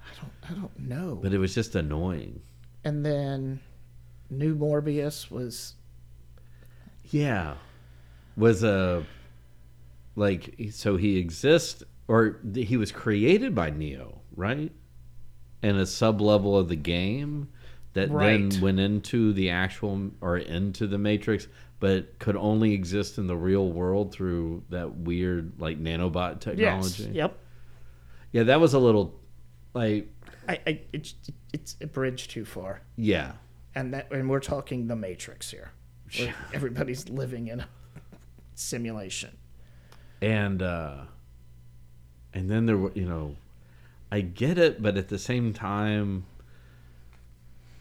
I don't know. but it was just annoying and then New Morbius was Yeah. Was a like so he exists or he was created by Neo, right? And a sublevel of the game that Right. then went into the actual or into the matrix but could only exist in the real world through that weird like nanobot Yes. technology. Yep. Yeah, that was a little like I, I it's it's a bridge too far, yeah. and that and we're talking the Matrix here. where <laughs> everybody's living in a simulation. and uh and then there were you know i get it but at the same time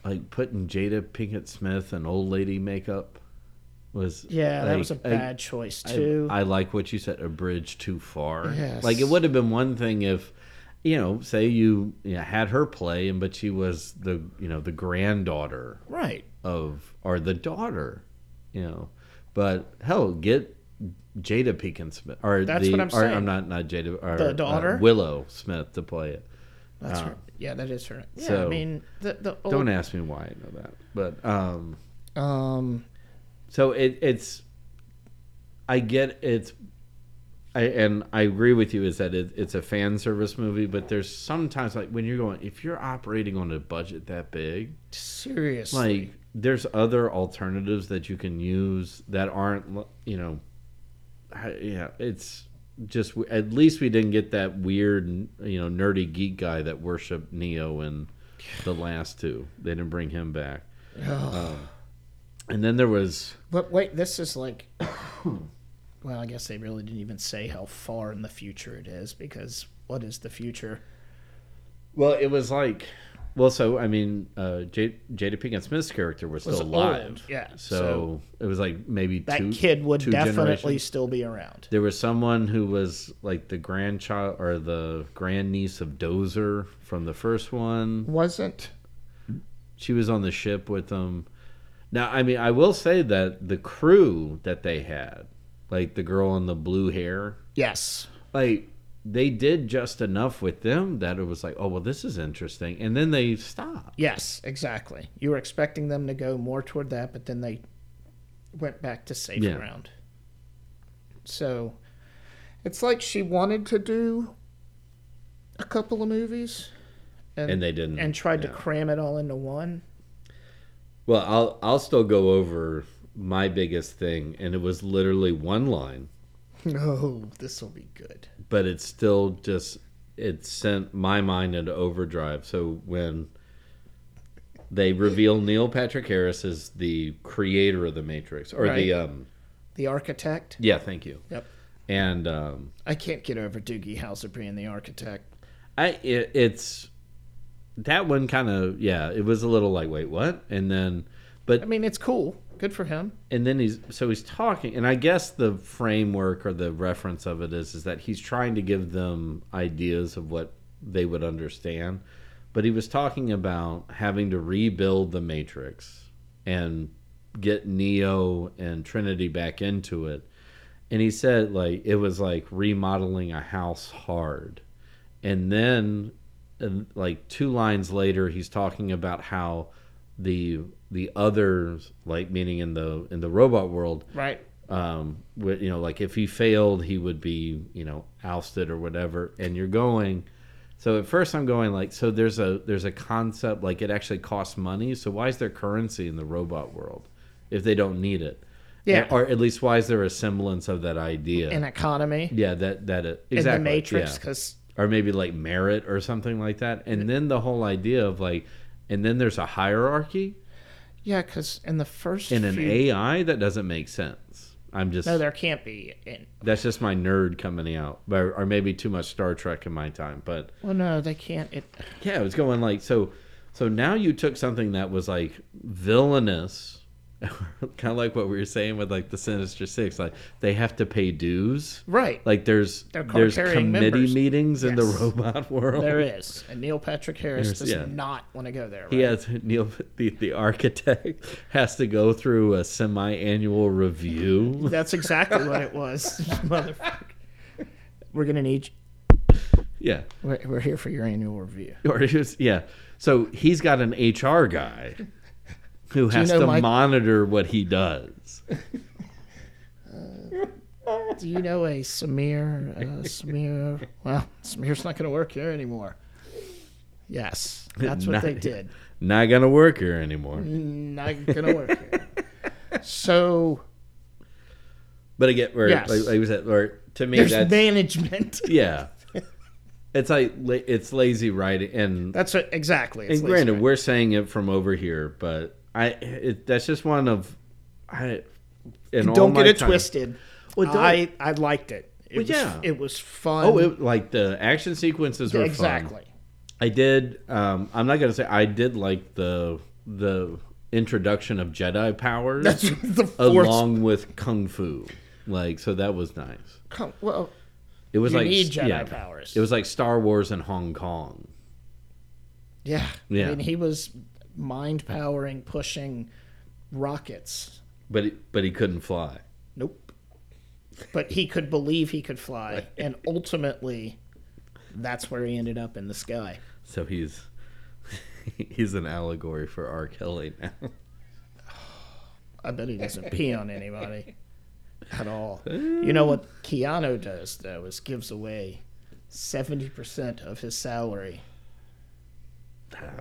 like putting jada pinkett smith and old lady makeup was Yeah, that was a like, I- bad choice I- too. I, like what you said a bridge too far Yes. like it would have been one thing if you know say you, you know, had her play and but she was the you know the granddaughter right. of or the daughter, you know. But hell, get Jada Pinkett Smith or That's the what I'm or, saying. I'm not not Jada or The uh, daughter? Willow Smith to play it. That's right. Yeah, that is her. Yeah, I Ah. so- mean the the old, Don't ask me why I know that, but um, um so it it's I get it's. I, and I agree with you is that it, it's a fan service movie, but there's sometimes like when you're going if you're operating on a budget that big, seriously. like there's other alternatives that you can use that aren't l- you know I- yeah it's just w- at least we didn't get that weird n- you know nerdy geek guy that worshiped neo in the last two they didn't bring him back Um, and then there was But wait, this is like. <coughs> well, I guess they really didn't even say how far in the future it is because what is the future? well it was like well so i mean uh J- jada pinkett smith's character was still Was old, alive yeah, so, so- it was like maybe That two, kid would two definitely generations. still be around. There was someone who was like the grandchild or the grandniece of Dozer from the first one. Wasn't. She was on the ship with them. Now, I mean, I will say that the crew that they had, like the girl in the blue hair, Yes. like they did just enough with them that it was like, oh, well, this is interesting. And then they stopped. Yes, exactly. You were expecting them to go more toward that, but then they went back to safe Yeah. ground. So it's like she wanted to do a couple of movies And they didn't. and tried yeah. to cram it all into one. Well, I'll I'll still go over my biggest thing, and it was literally one line. No, this will be good. but it's still just it sent my mind into overdrive. So when they reveal Neil Patrick Harris as the creator of the Matrix or the Right. um The Architect. yeah, thank you. Yep. And um I can't get over Doogie Howser being the Architect. I it, it's that one kind of yeah, it was a little like wait, what? And then but I mean, it's cool. Good for him. and then he's so he's talking and i guess the framework or the reference of it is is that he's trying to give them ideas of what they would understand but he was talking about having to rebuild the matrix and get neo and trinity back into it and he said like it was like remodeling a house hard and then and like two lines later he's talking about how the the others like meaning in the in the robot world Right. um wh- you know like if he failed he would be you know ousted or whatever and you're going so at first i'm going like so there's a there's a concept like it actually costs money so why is there currency in the robot world if they don't need it Yeah. or at least why is there a semblance of that idea An economy. yeah that that it, exactly In the Matrix, yeah because or maybe like merit or something like that. And then the whole idea of like, and then there's a hierarchy yeah, because in the first and an few- AI that doesn't make sense. I'm just No, there can't be. In, that's just my nerd coming out, but or maybe too much Star Trek in my time. But well, no, they can't. It, yeah, it was going like so. So now you took something that was like villainous, <laughs> kind of like what we were saying with like the Sinister Six, like they have to pay dues. right. Like there's They're there's committee card-carrying members. meetings in the Yes. robot <laughs> world. there is. And Neil Patrick Harris There's- does yeah. not want to go there. Right? He has Neil, the, the architect, has to go through a semi-annual review. That's exactly what it was. <laughs> Motherfucker. We're going to need. Yeah, We're, we're here for your annual review. or he was, yeah. So he's got an HR guy who has know to Mike- monitor what he does. Do you know a smear? A <laughs> smear? Well, smear's not going to work here anymore. Yes, that's what Not- they did. Not gonna work here anymore. Not going to work <laughs> here. So But again, or, Yes. like, like we said, or to me, there's that's <laughs> management. yeah. It's like la- it's lazy writing, and That's what, exactly. It's and lazy granted, writing. we're saying it from over here, but I it, that's just one of I. In all don't get my it time- twisted. Well, don't- I I liked it. It was, yeah. it was fun. Oh, it, like the action sequences were fun. <laughs> Um, exactly. I did. Um, I'm not gonna say I did like the the introduction of Jedi powers That's <laughs> the force. along with kung fu. Like so, that was nice. Come- well, It was You like need Jedi yeah. powers. It was like Star Wars in Hong Kong. yeah. Yeah. I mean, he was mind powering, pushing rockets. But he, but he couldn't fly. Nope. But he could believe he could fly, and ultimately, that's where he ended up in the sky. So he's <laughs> he's an allegory for R. Kelly now. <laughs> I bet he doesn't pee on anybody at all. You know what Keanu does though is gives away seventy percent of his salary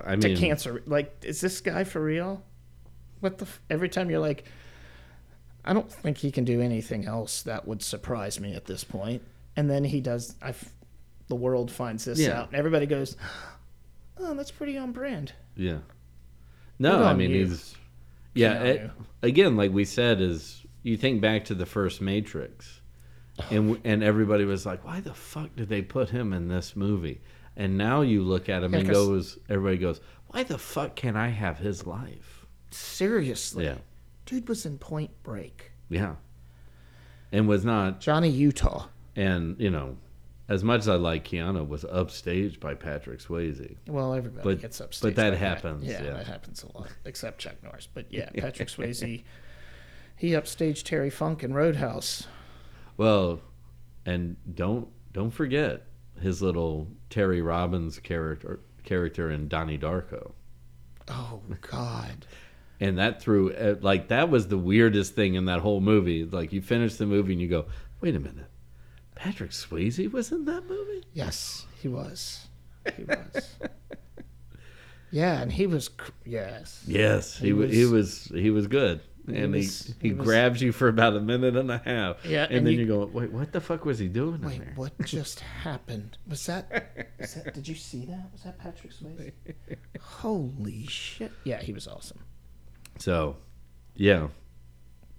I to mean, cancer. Like, is this guy for real? What the? F- Every time you're like, I don't think he can do anything else that would surprise me at this point. And then he does. I, f- the world finds this Yeah. out, and everybody goes, "Oh, that's pretty on brand." yeah. No, Good I on mean you. he's yeah. on it- you. again, like we said, is you think back to the first <sighs> Matrix, and w- and everybody was like, why the fuck did they put him in this movie? And now you look at him Yeah, and 'cause- goes, everybody goes, why the fuck can I have his life? Seriously, Yeah, dude was in Point Break. yeah. And was not Johnny Utah. and you know, as much as I like Keanu, was upstaged by Patrick Swayze. Well, everybody But- gets but upstaged. that by happens, Yeah, yeah. that happens a lot, except Chuck Norris. But <laughs> yeah, Patrick Swayze, he upstaged Terry Funk in Roadhouse. Well, and don't don't forget his little Terry Robbins character character in Donnie Darko, Oh God. and that threw eh, like that was the weirdest thing in that whole movie. Like you finish the movie and you go, wait a minute, Patrick Swayze was in that movie. Yes, he was. He <laughs> was. yeah, and he was. cr- Yes. Yes, he, He was, was- he was he was good. And he, was- he, he was- grabs you for about a minute and a half. Yeah, and, and then you- you, go, wait, what the fuck was he doing in Wait, there? what <laughs> just happened? Was that, was that? Did you see that? Was that Patrick Swayze? Holy shit! Yeah, he was awesome. So, yeah.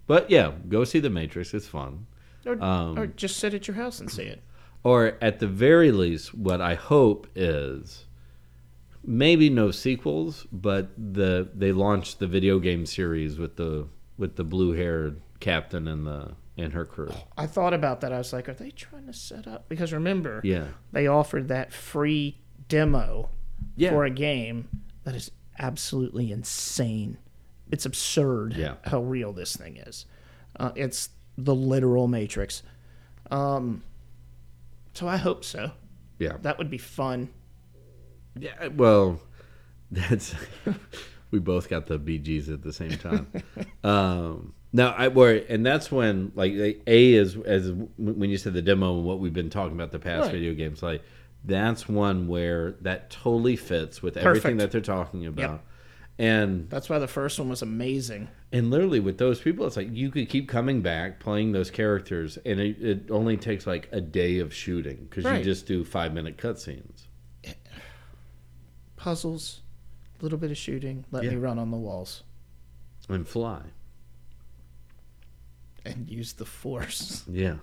But yeah, go see The Matrix. It's fun. Or, Um, or just sit at your house and see it. Or at the very least, what I hope is maybe no sequels, but the they launched the video game series with the with the blue haired captain and the and her crew. I thought about that. I was like, are they trying to set up? Because remember, Yeah. they offered that free demo Yeah. for a game that is absolutely insane. It's absurd Yeah. how real this thing is. Uh, it's the literal Matrix. Um, so I hope so. Yeah. That would be fun. Yeah, well, <laughs> that's we both got the BGs at the same <laughs> time. um, now I worry, and that's when like a A is as when you said the demo and what we've been talking about the past Right. video games, like that's one where that totally fits with everything Perfect. that they're talking about. And That's why the first one was amazing. and literally with those people, it's like you could keep coming back playing those characters, and it, it only takes like a day of shooting because you Right. just do five minute cutscenes. Puzzles, a little bit of shooting, let me Yeah. run on the walls, And fly, and use the force. <laughs> yeah,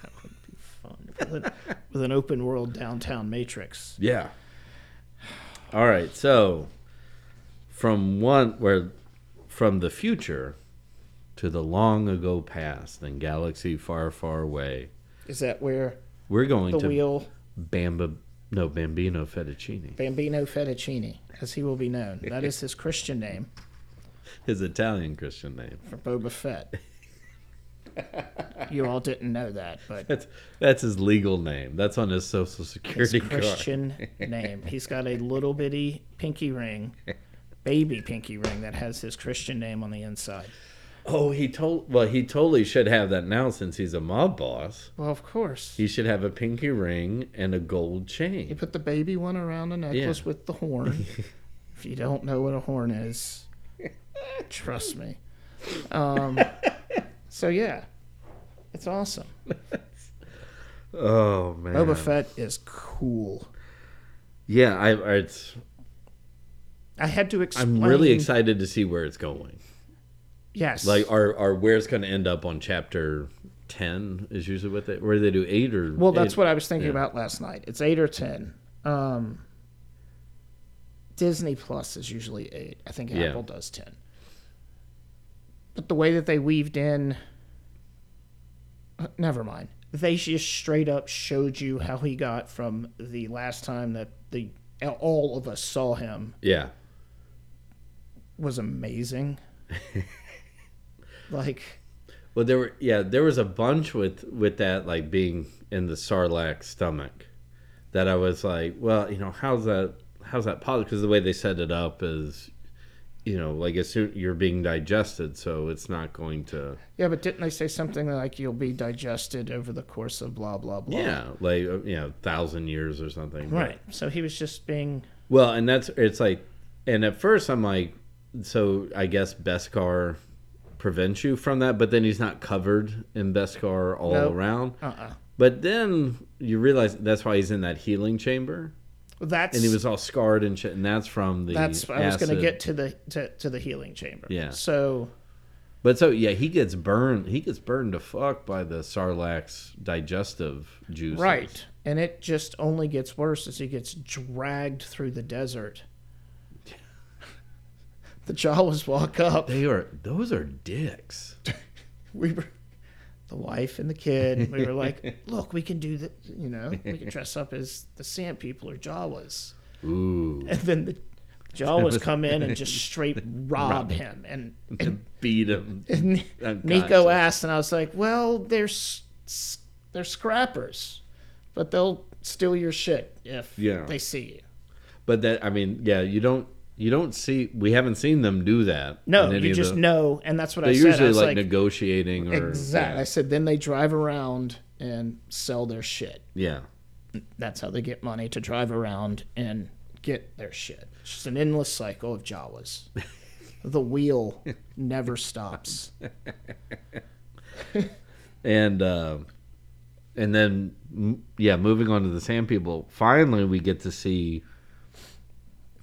That would be fun with an, with an open world downtown matrix. Yeah. All right. So, from one where, from the future, to the long ago past and galaxy far, far away, Is that where we're going the to wheel Bamba. No, Bambino Fettuccine. Bambino Fettuccini, as he will be known, that is his Christian name His Italian Christian name. for Boba Fett. You all didn't know that, but That's that's his legal name. That's on his social his security card. Christian name. He's got a little bitty pinky ring, baby pinky ring that has his Christian name on the inside. Oh, he told. Well, he totally should have that now since he's a mob boss. Well, of course. He should have a pinky ring and a gold You chain. put the baby one around a necklace Yeah. with the horn. if you don't know what a horn is, trust me. Um, so yeah, it's awesome. Oh man. Boba Fett is cool. Yeah, I. I- It's. I had to explain. I'm really excited to see where it's going. Yes, Like, are are where it's going to end up on chapter ten is usually what they where they do eight or. Well, that's eight- what I was thinking yeah. about last night. It's eight or ten. Um, Disney Plus is usually eight. I think Yeah. Apple does ten. But the way that they weaved in, Uh, never mind. They just straight up showed you how he got from the last time that the all of us saw him Yeah. <laughs> was amazing. like, Well, there were yeah, there was a bunch with with that like being in the Sarlacc stomach, that I was like, well, you know, how's that how's that possible? Because the way they set it up is, you know, like as soon you're being digested, so it's not going to yeah, but didn't they say something like you'll be digested over the course of blah blah blah? yeah, like uh, you know, thousand years or something, But- Right. So he was just being Well, and that's it's like, and at first I'm like, so I guess Beskar prevents you from that, but then he's not covered in Beskar all Nope. around. Uh-uh. But then you realize that's why he's in that healing chamber, That's and he was all scarred and shit, and that's from the. that's I was going acid. to get to the to, to the healing chamber. Yeah. So But so yeah, he gets burned. He gets burned to fuck by the Sarlacc's digestive juice. right, and it just only gets worse as he gets dragged through the desert. <laughs> The Jawas walk up. They are those are dicks. We were the wife and the kid. We were <laughs> like, "Look, we can do the You know, we can dress up as the Sand People or Jawas." Ooh, And then the Jawas come <laughs> in and just straight rob him. And, and, beat him. and <laughs> Nico Oh, Gotcha. asked, and I was like, "Well, they're s- s- they're scrappers, but they'll steal your shit if Yeah. they see you." But that I mean, yeah, you don't you don't see we haven't seen them do that. No, in any you of just the- know, and that's what They're I said. I usually was like, like, negotiating or "Exactly." I said, "Then they drive around and sell their shit. Yeah. That's how they get money to drive around and get their shit. It's just an endless cycle <laughs> of Jawas. the wheel never stops." yeah. And uh, and then m- yeah, moving on to the sand people. Finally, we get to see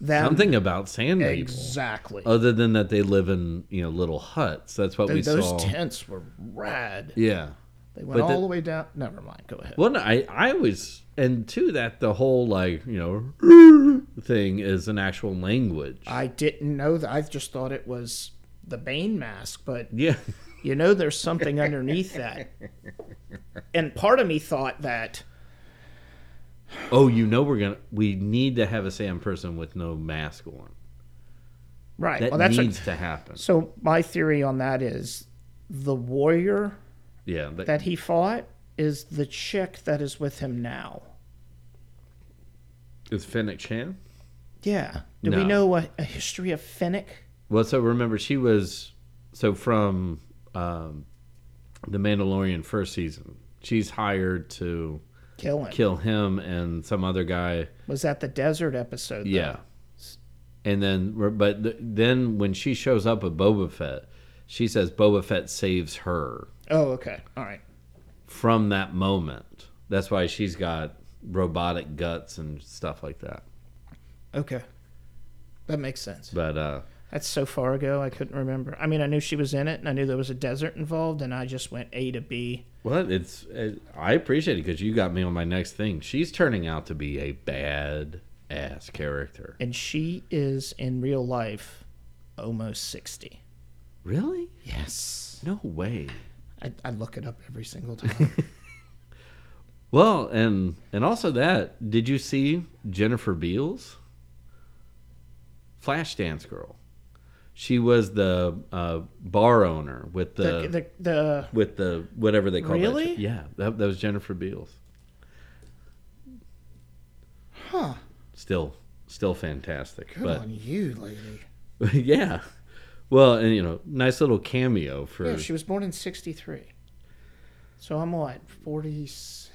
That something about sand people. exactly. Other than that, they live in you know little huts. That's what we And those saw. tents were rad. yeah. They went But the- all the way down. Never mind. Go ahead. Well, no, I I was and to that the whole like you know <laughs> thing is an actual language. I didn't know that. I just thought it was the Bane mask, but yeah. <laughs> you know, there's something underneath <laughs> that. And part of me thought that Oh, you know we're gonna we need to have a Sam person with no mask on. right. That well, that's a- needs to happen. so. My theory on that is the warrior Yeah, that, that he fought is the chick that is with him now. is Fennec Chan. Yeah. Do we No. know a, a history of Finnick? Well, so remember she was so from um, the Mandalorian first season. She's hired to Killing. kill him and some other guy. Was that the desert episode? though? Yeah, and then but th- then when she shows up with Boba Fett, she says Boba Fett saves her. Oh, okay. All right. from that moment. That's why she's got robotic guts and stuff like that. Okay. That makes sense. But uh That's so far ago, I couldn't remember. I mean, I knew she was in it, and I knew there was a desert involved, and I just went A to B. well, it's it, I appreciate it because you got me on my next thing. She's turning out to be a bad ass character. And she is in real life almost 60. Really? Yes. No way. I, I look it up <laughs> every single time. Well, and and also that did you see Jennifer Beals? Flashdance girl. She was the uh, bar owner with the, the, the, with the whatever they call Really? that. shit. Yeah, that, that was Jennifer Beals. Huh. Still, still fantastic. Good but on you, lady. <laughs> yeah, Well, and you know, nice little cameo for Yeah, she was born in 63. So I'm what, 46?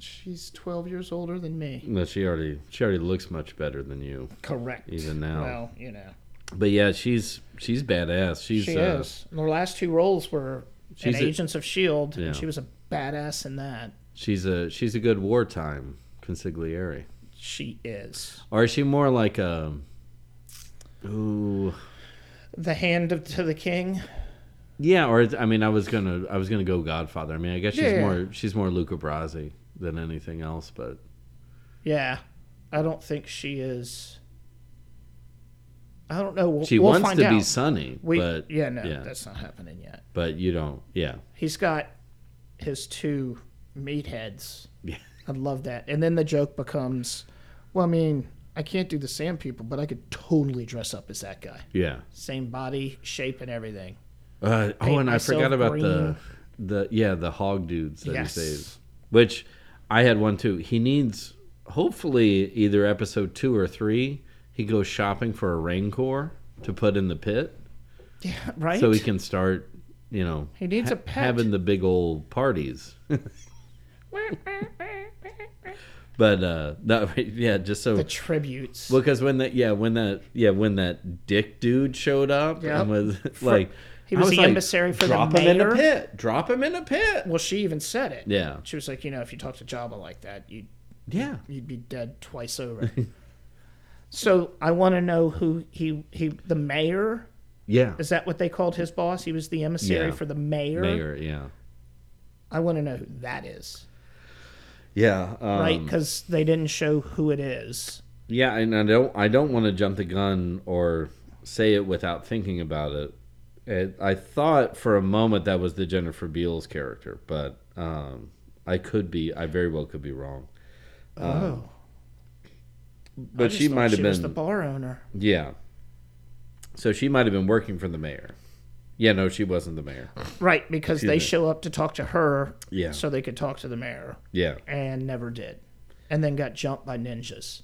She's 12 years older than me. no, she already she already looks much better than you. Correct. Even now. Well, you know. But yeah, she's she's badass. She's She uh, is. And her last two roles were in She's a- Agents of S.H.I.E.L.D., Yeah. E and she was a badass in that. she's a she's a good wartime consigliere. She is. Or is she more like a ooh The Hand of, to the King. yeah? Or it's- I mean, I was gonna I was gonna go Godfather. I mean, I guess she's Yeah. more she's more Luca Brasi than anything else. But Yeah. I don't think she is. I don't know. We'll, she we'll wants find to out. be Sunny. we, but yeah, no, yeah. that's not happening yet. but you don't. Yeah, He's got his two meatheads. <laughs> Yeah. I love that. And then the joke becomes, well, I mean, I can't do the sand people, but I could totally dress up as that guy. yeah. Same body, shape, and everything. Uh, oh, Paint and I myself forgot about the green. the yeah the hog dudes that Yes. he saves, which I had one too. He needs hopefully either episode two or three. He goes shopping for a rain core to put in the pit, Yeah, <laughs> right? so he can start you know He needs a pet. having the big old parties. but uh, no, <laughs> yeah, just so the tributes. because when that yeah when that yeah when that dick dude showed up Yep. and was <laughs> like he I was the like, emissary for the drop him in a mayor?" pit drop him in a pit well, she even said it. yeah She was like, you know, if you talk to Jabba like that, you'd, yeah you'd be dead twice <laughs> over. so I want to know who he, he, the mayor, yeah is that what they called his boss? He was the emissary Yeah. for the mayor. mayor yeah I want to know who that is, yeah um, right? Because they didn't show who it is. yeah and I don't I don't want to jump the gun or say it without thinking about it. it I thought for a moment that was the Jennifer Beals character but um I could be I very well could be wrong oh, I but just she thought might have was been the bar owner. <laughs> Yeah. So she might have been working for the mayor. Yeah, no, she wasn't the mayor. Right, because they me. show up to talk to her Yeah. so they could talk to the mayor Yeah. and never did. And then got jumped <laughs> by ninjas.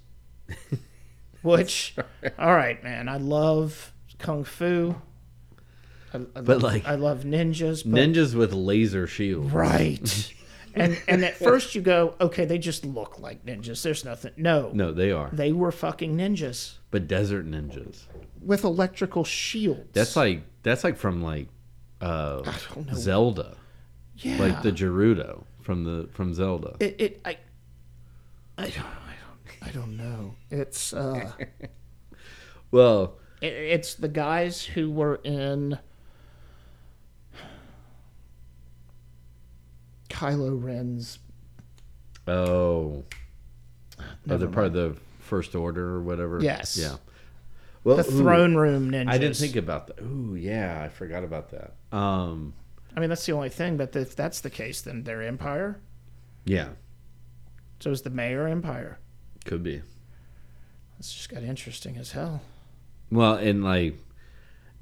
Which, all right, man, I love kung fu. I, I love, like- I love ninjas. But Ninjas with laser shields. right. <laughs> and and at first you go, okay, they just look like ninjas. There's nothing. No, No, they are. they were fucking ninjas But desert ninjas. with electrical shields. That's like that's like from like uh don't know. Zelda. yeah. Like the Gerudo from the from Zelda. it, it I, I don't, I don't, I don't know. It's uh, Well, it, it's the guys who were in Kylo Ren's. oh, oh Never they're part of the first order or whatever. Yes. Yeah. Well, The ooh, throne room ninjas. I didn't think about that. Ooh, yeah, I forgot about that. Um I mean, that's the only thing. But if that's the case, then their empire. yeah, So is the mayor empire. could be. It's just got interesting as hell. Well, and like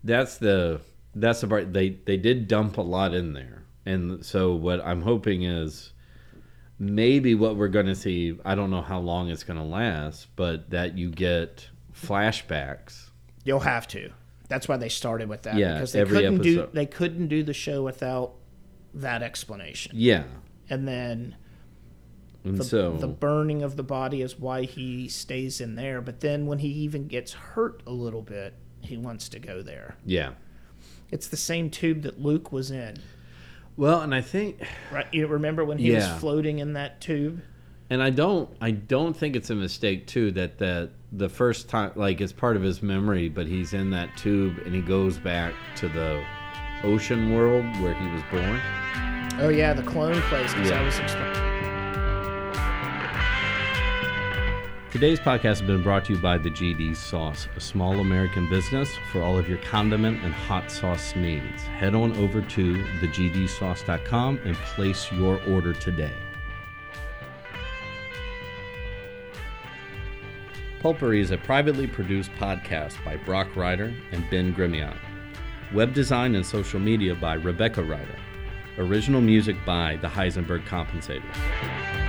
that's the that's the part they they did dump a lot in there, and so what I'm hoping is maybe what we're going to see. I don't know how long it's going to last, but that you get flashbacks. You'll have to. That's why they started with that. Yeah, because they every couldn't do episode. they couldn't do the show without that explanation. Yeah, And then and the, so the burning of the body is why he stays in there. But then when he even gets hurt a little bit, he wants to go there. yeah. It's the same tube that Luke was in. Well, and I think, Right? You remember when he Yeah. was floating in that tube? and I don't, I don't think it's a mistake too that that the first time, like it's part of his memory, but he's in that tube and he goes back to the ocean world where he was born. Oh yeah, the clone place. 'cause Yeah. I was expecting. Today's podcast has been brought to you by the GD Sauce, a small American business for all of your condiment and hot sauce needs. Head on over to thegdsauce.com and place your order today. Pulpery is a privately produced podcast by Brock Ryder and Ben Grimion. Web design and social media by Rebecca Ryder. Original music by The Heisenberg Compensator.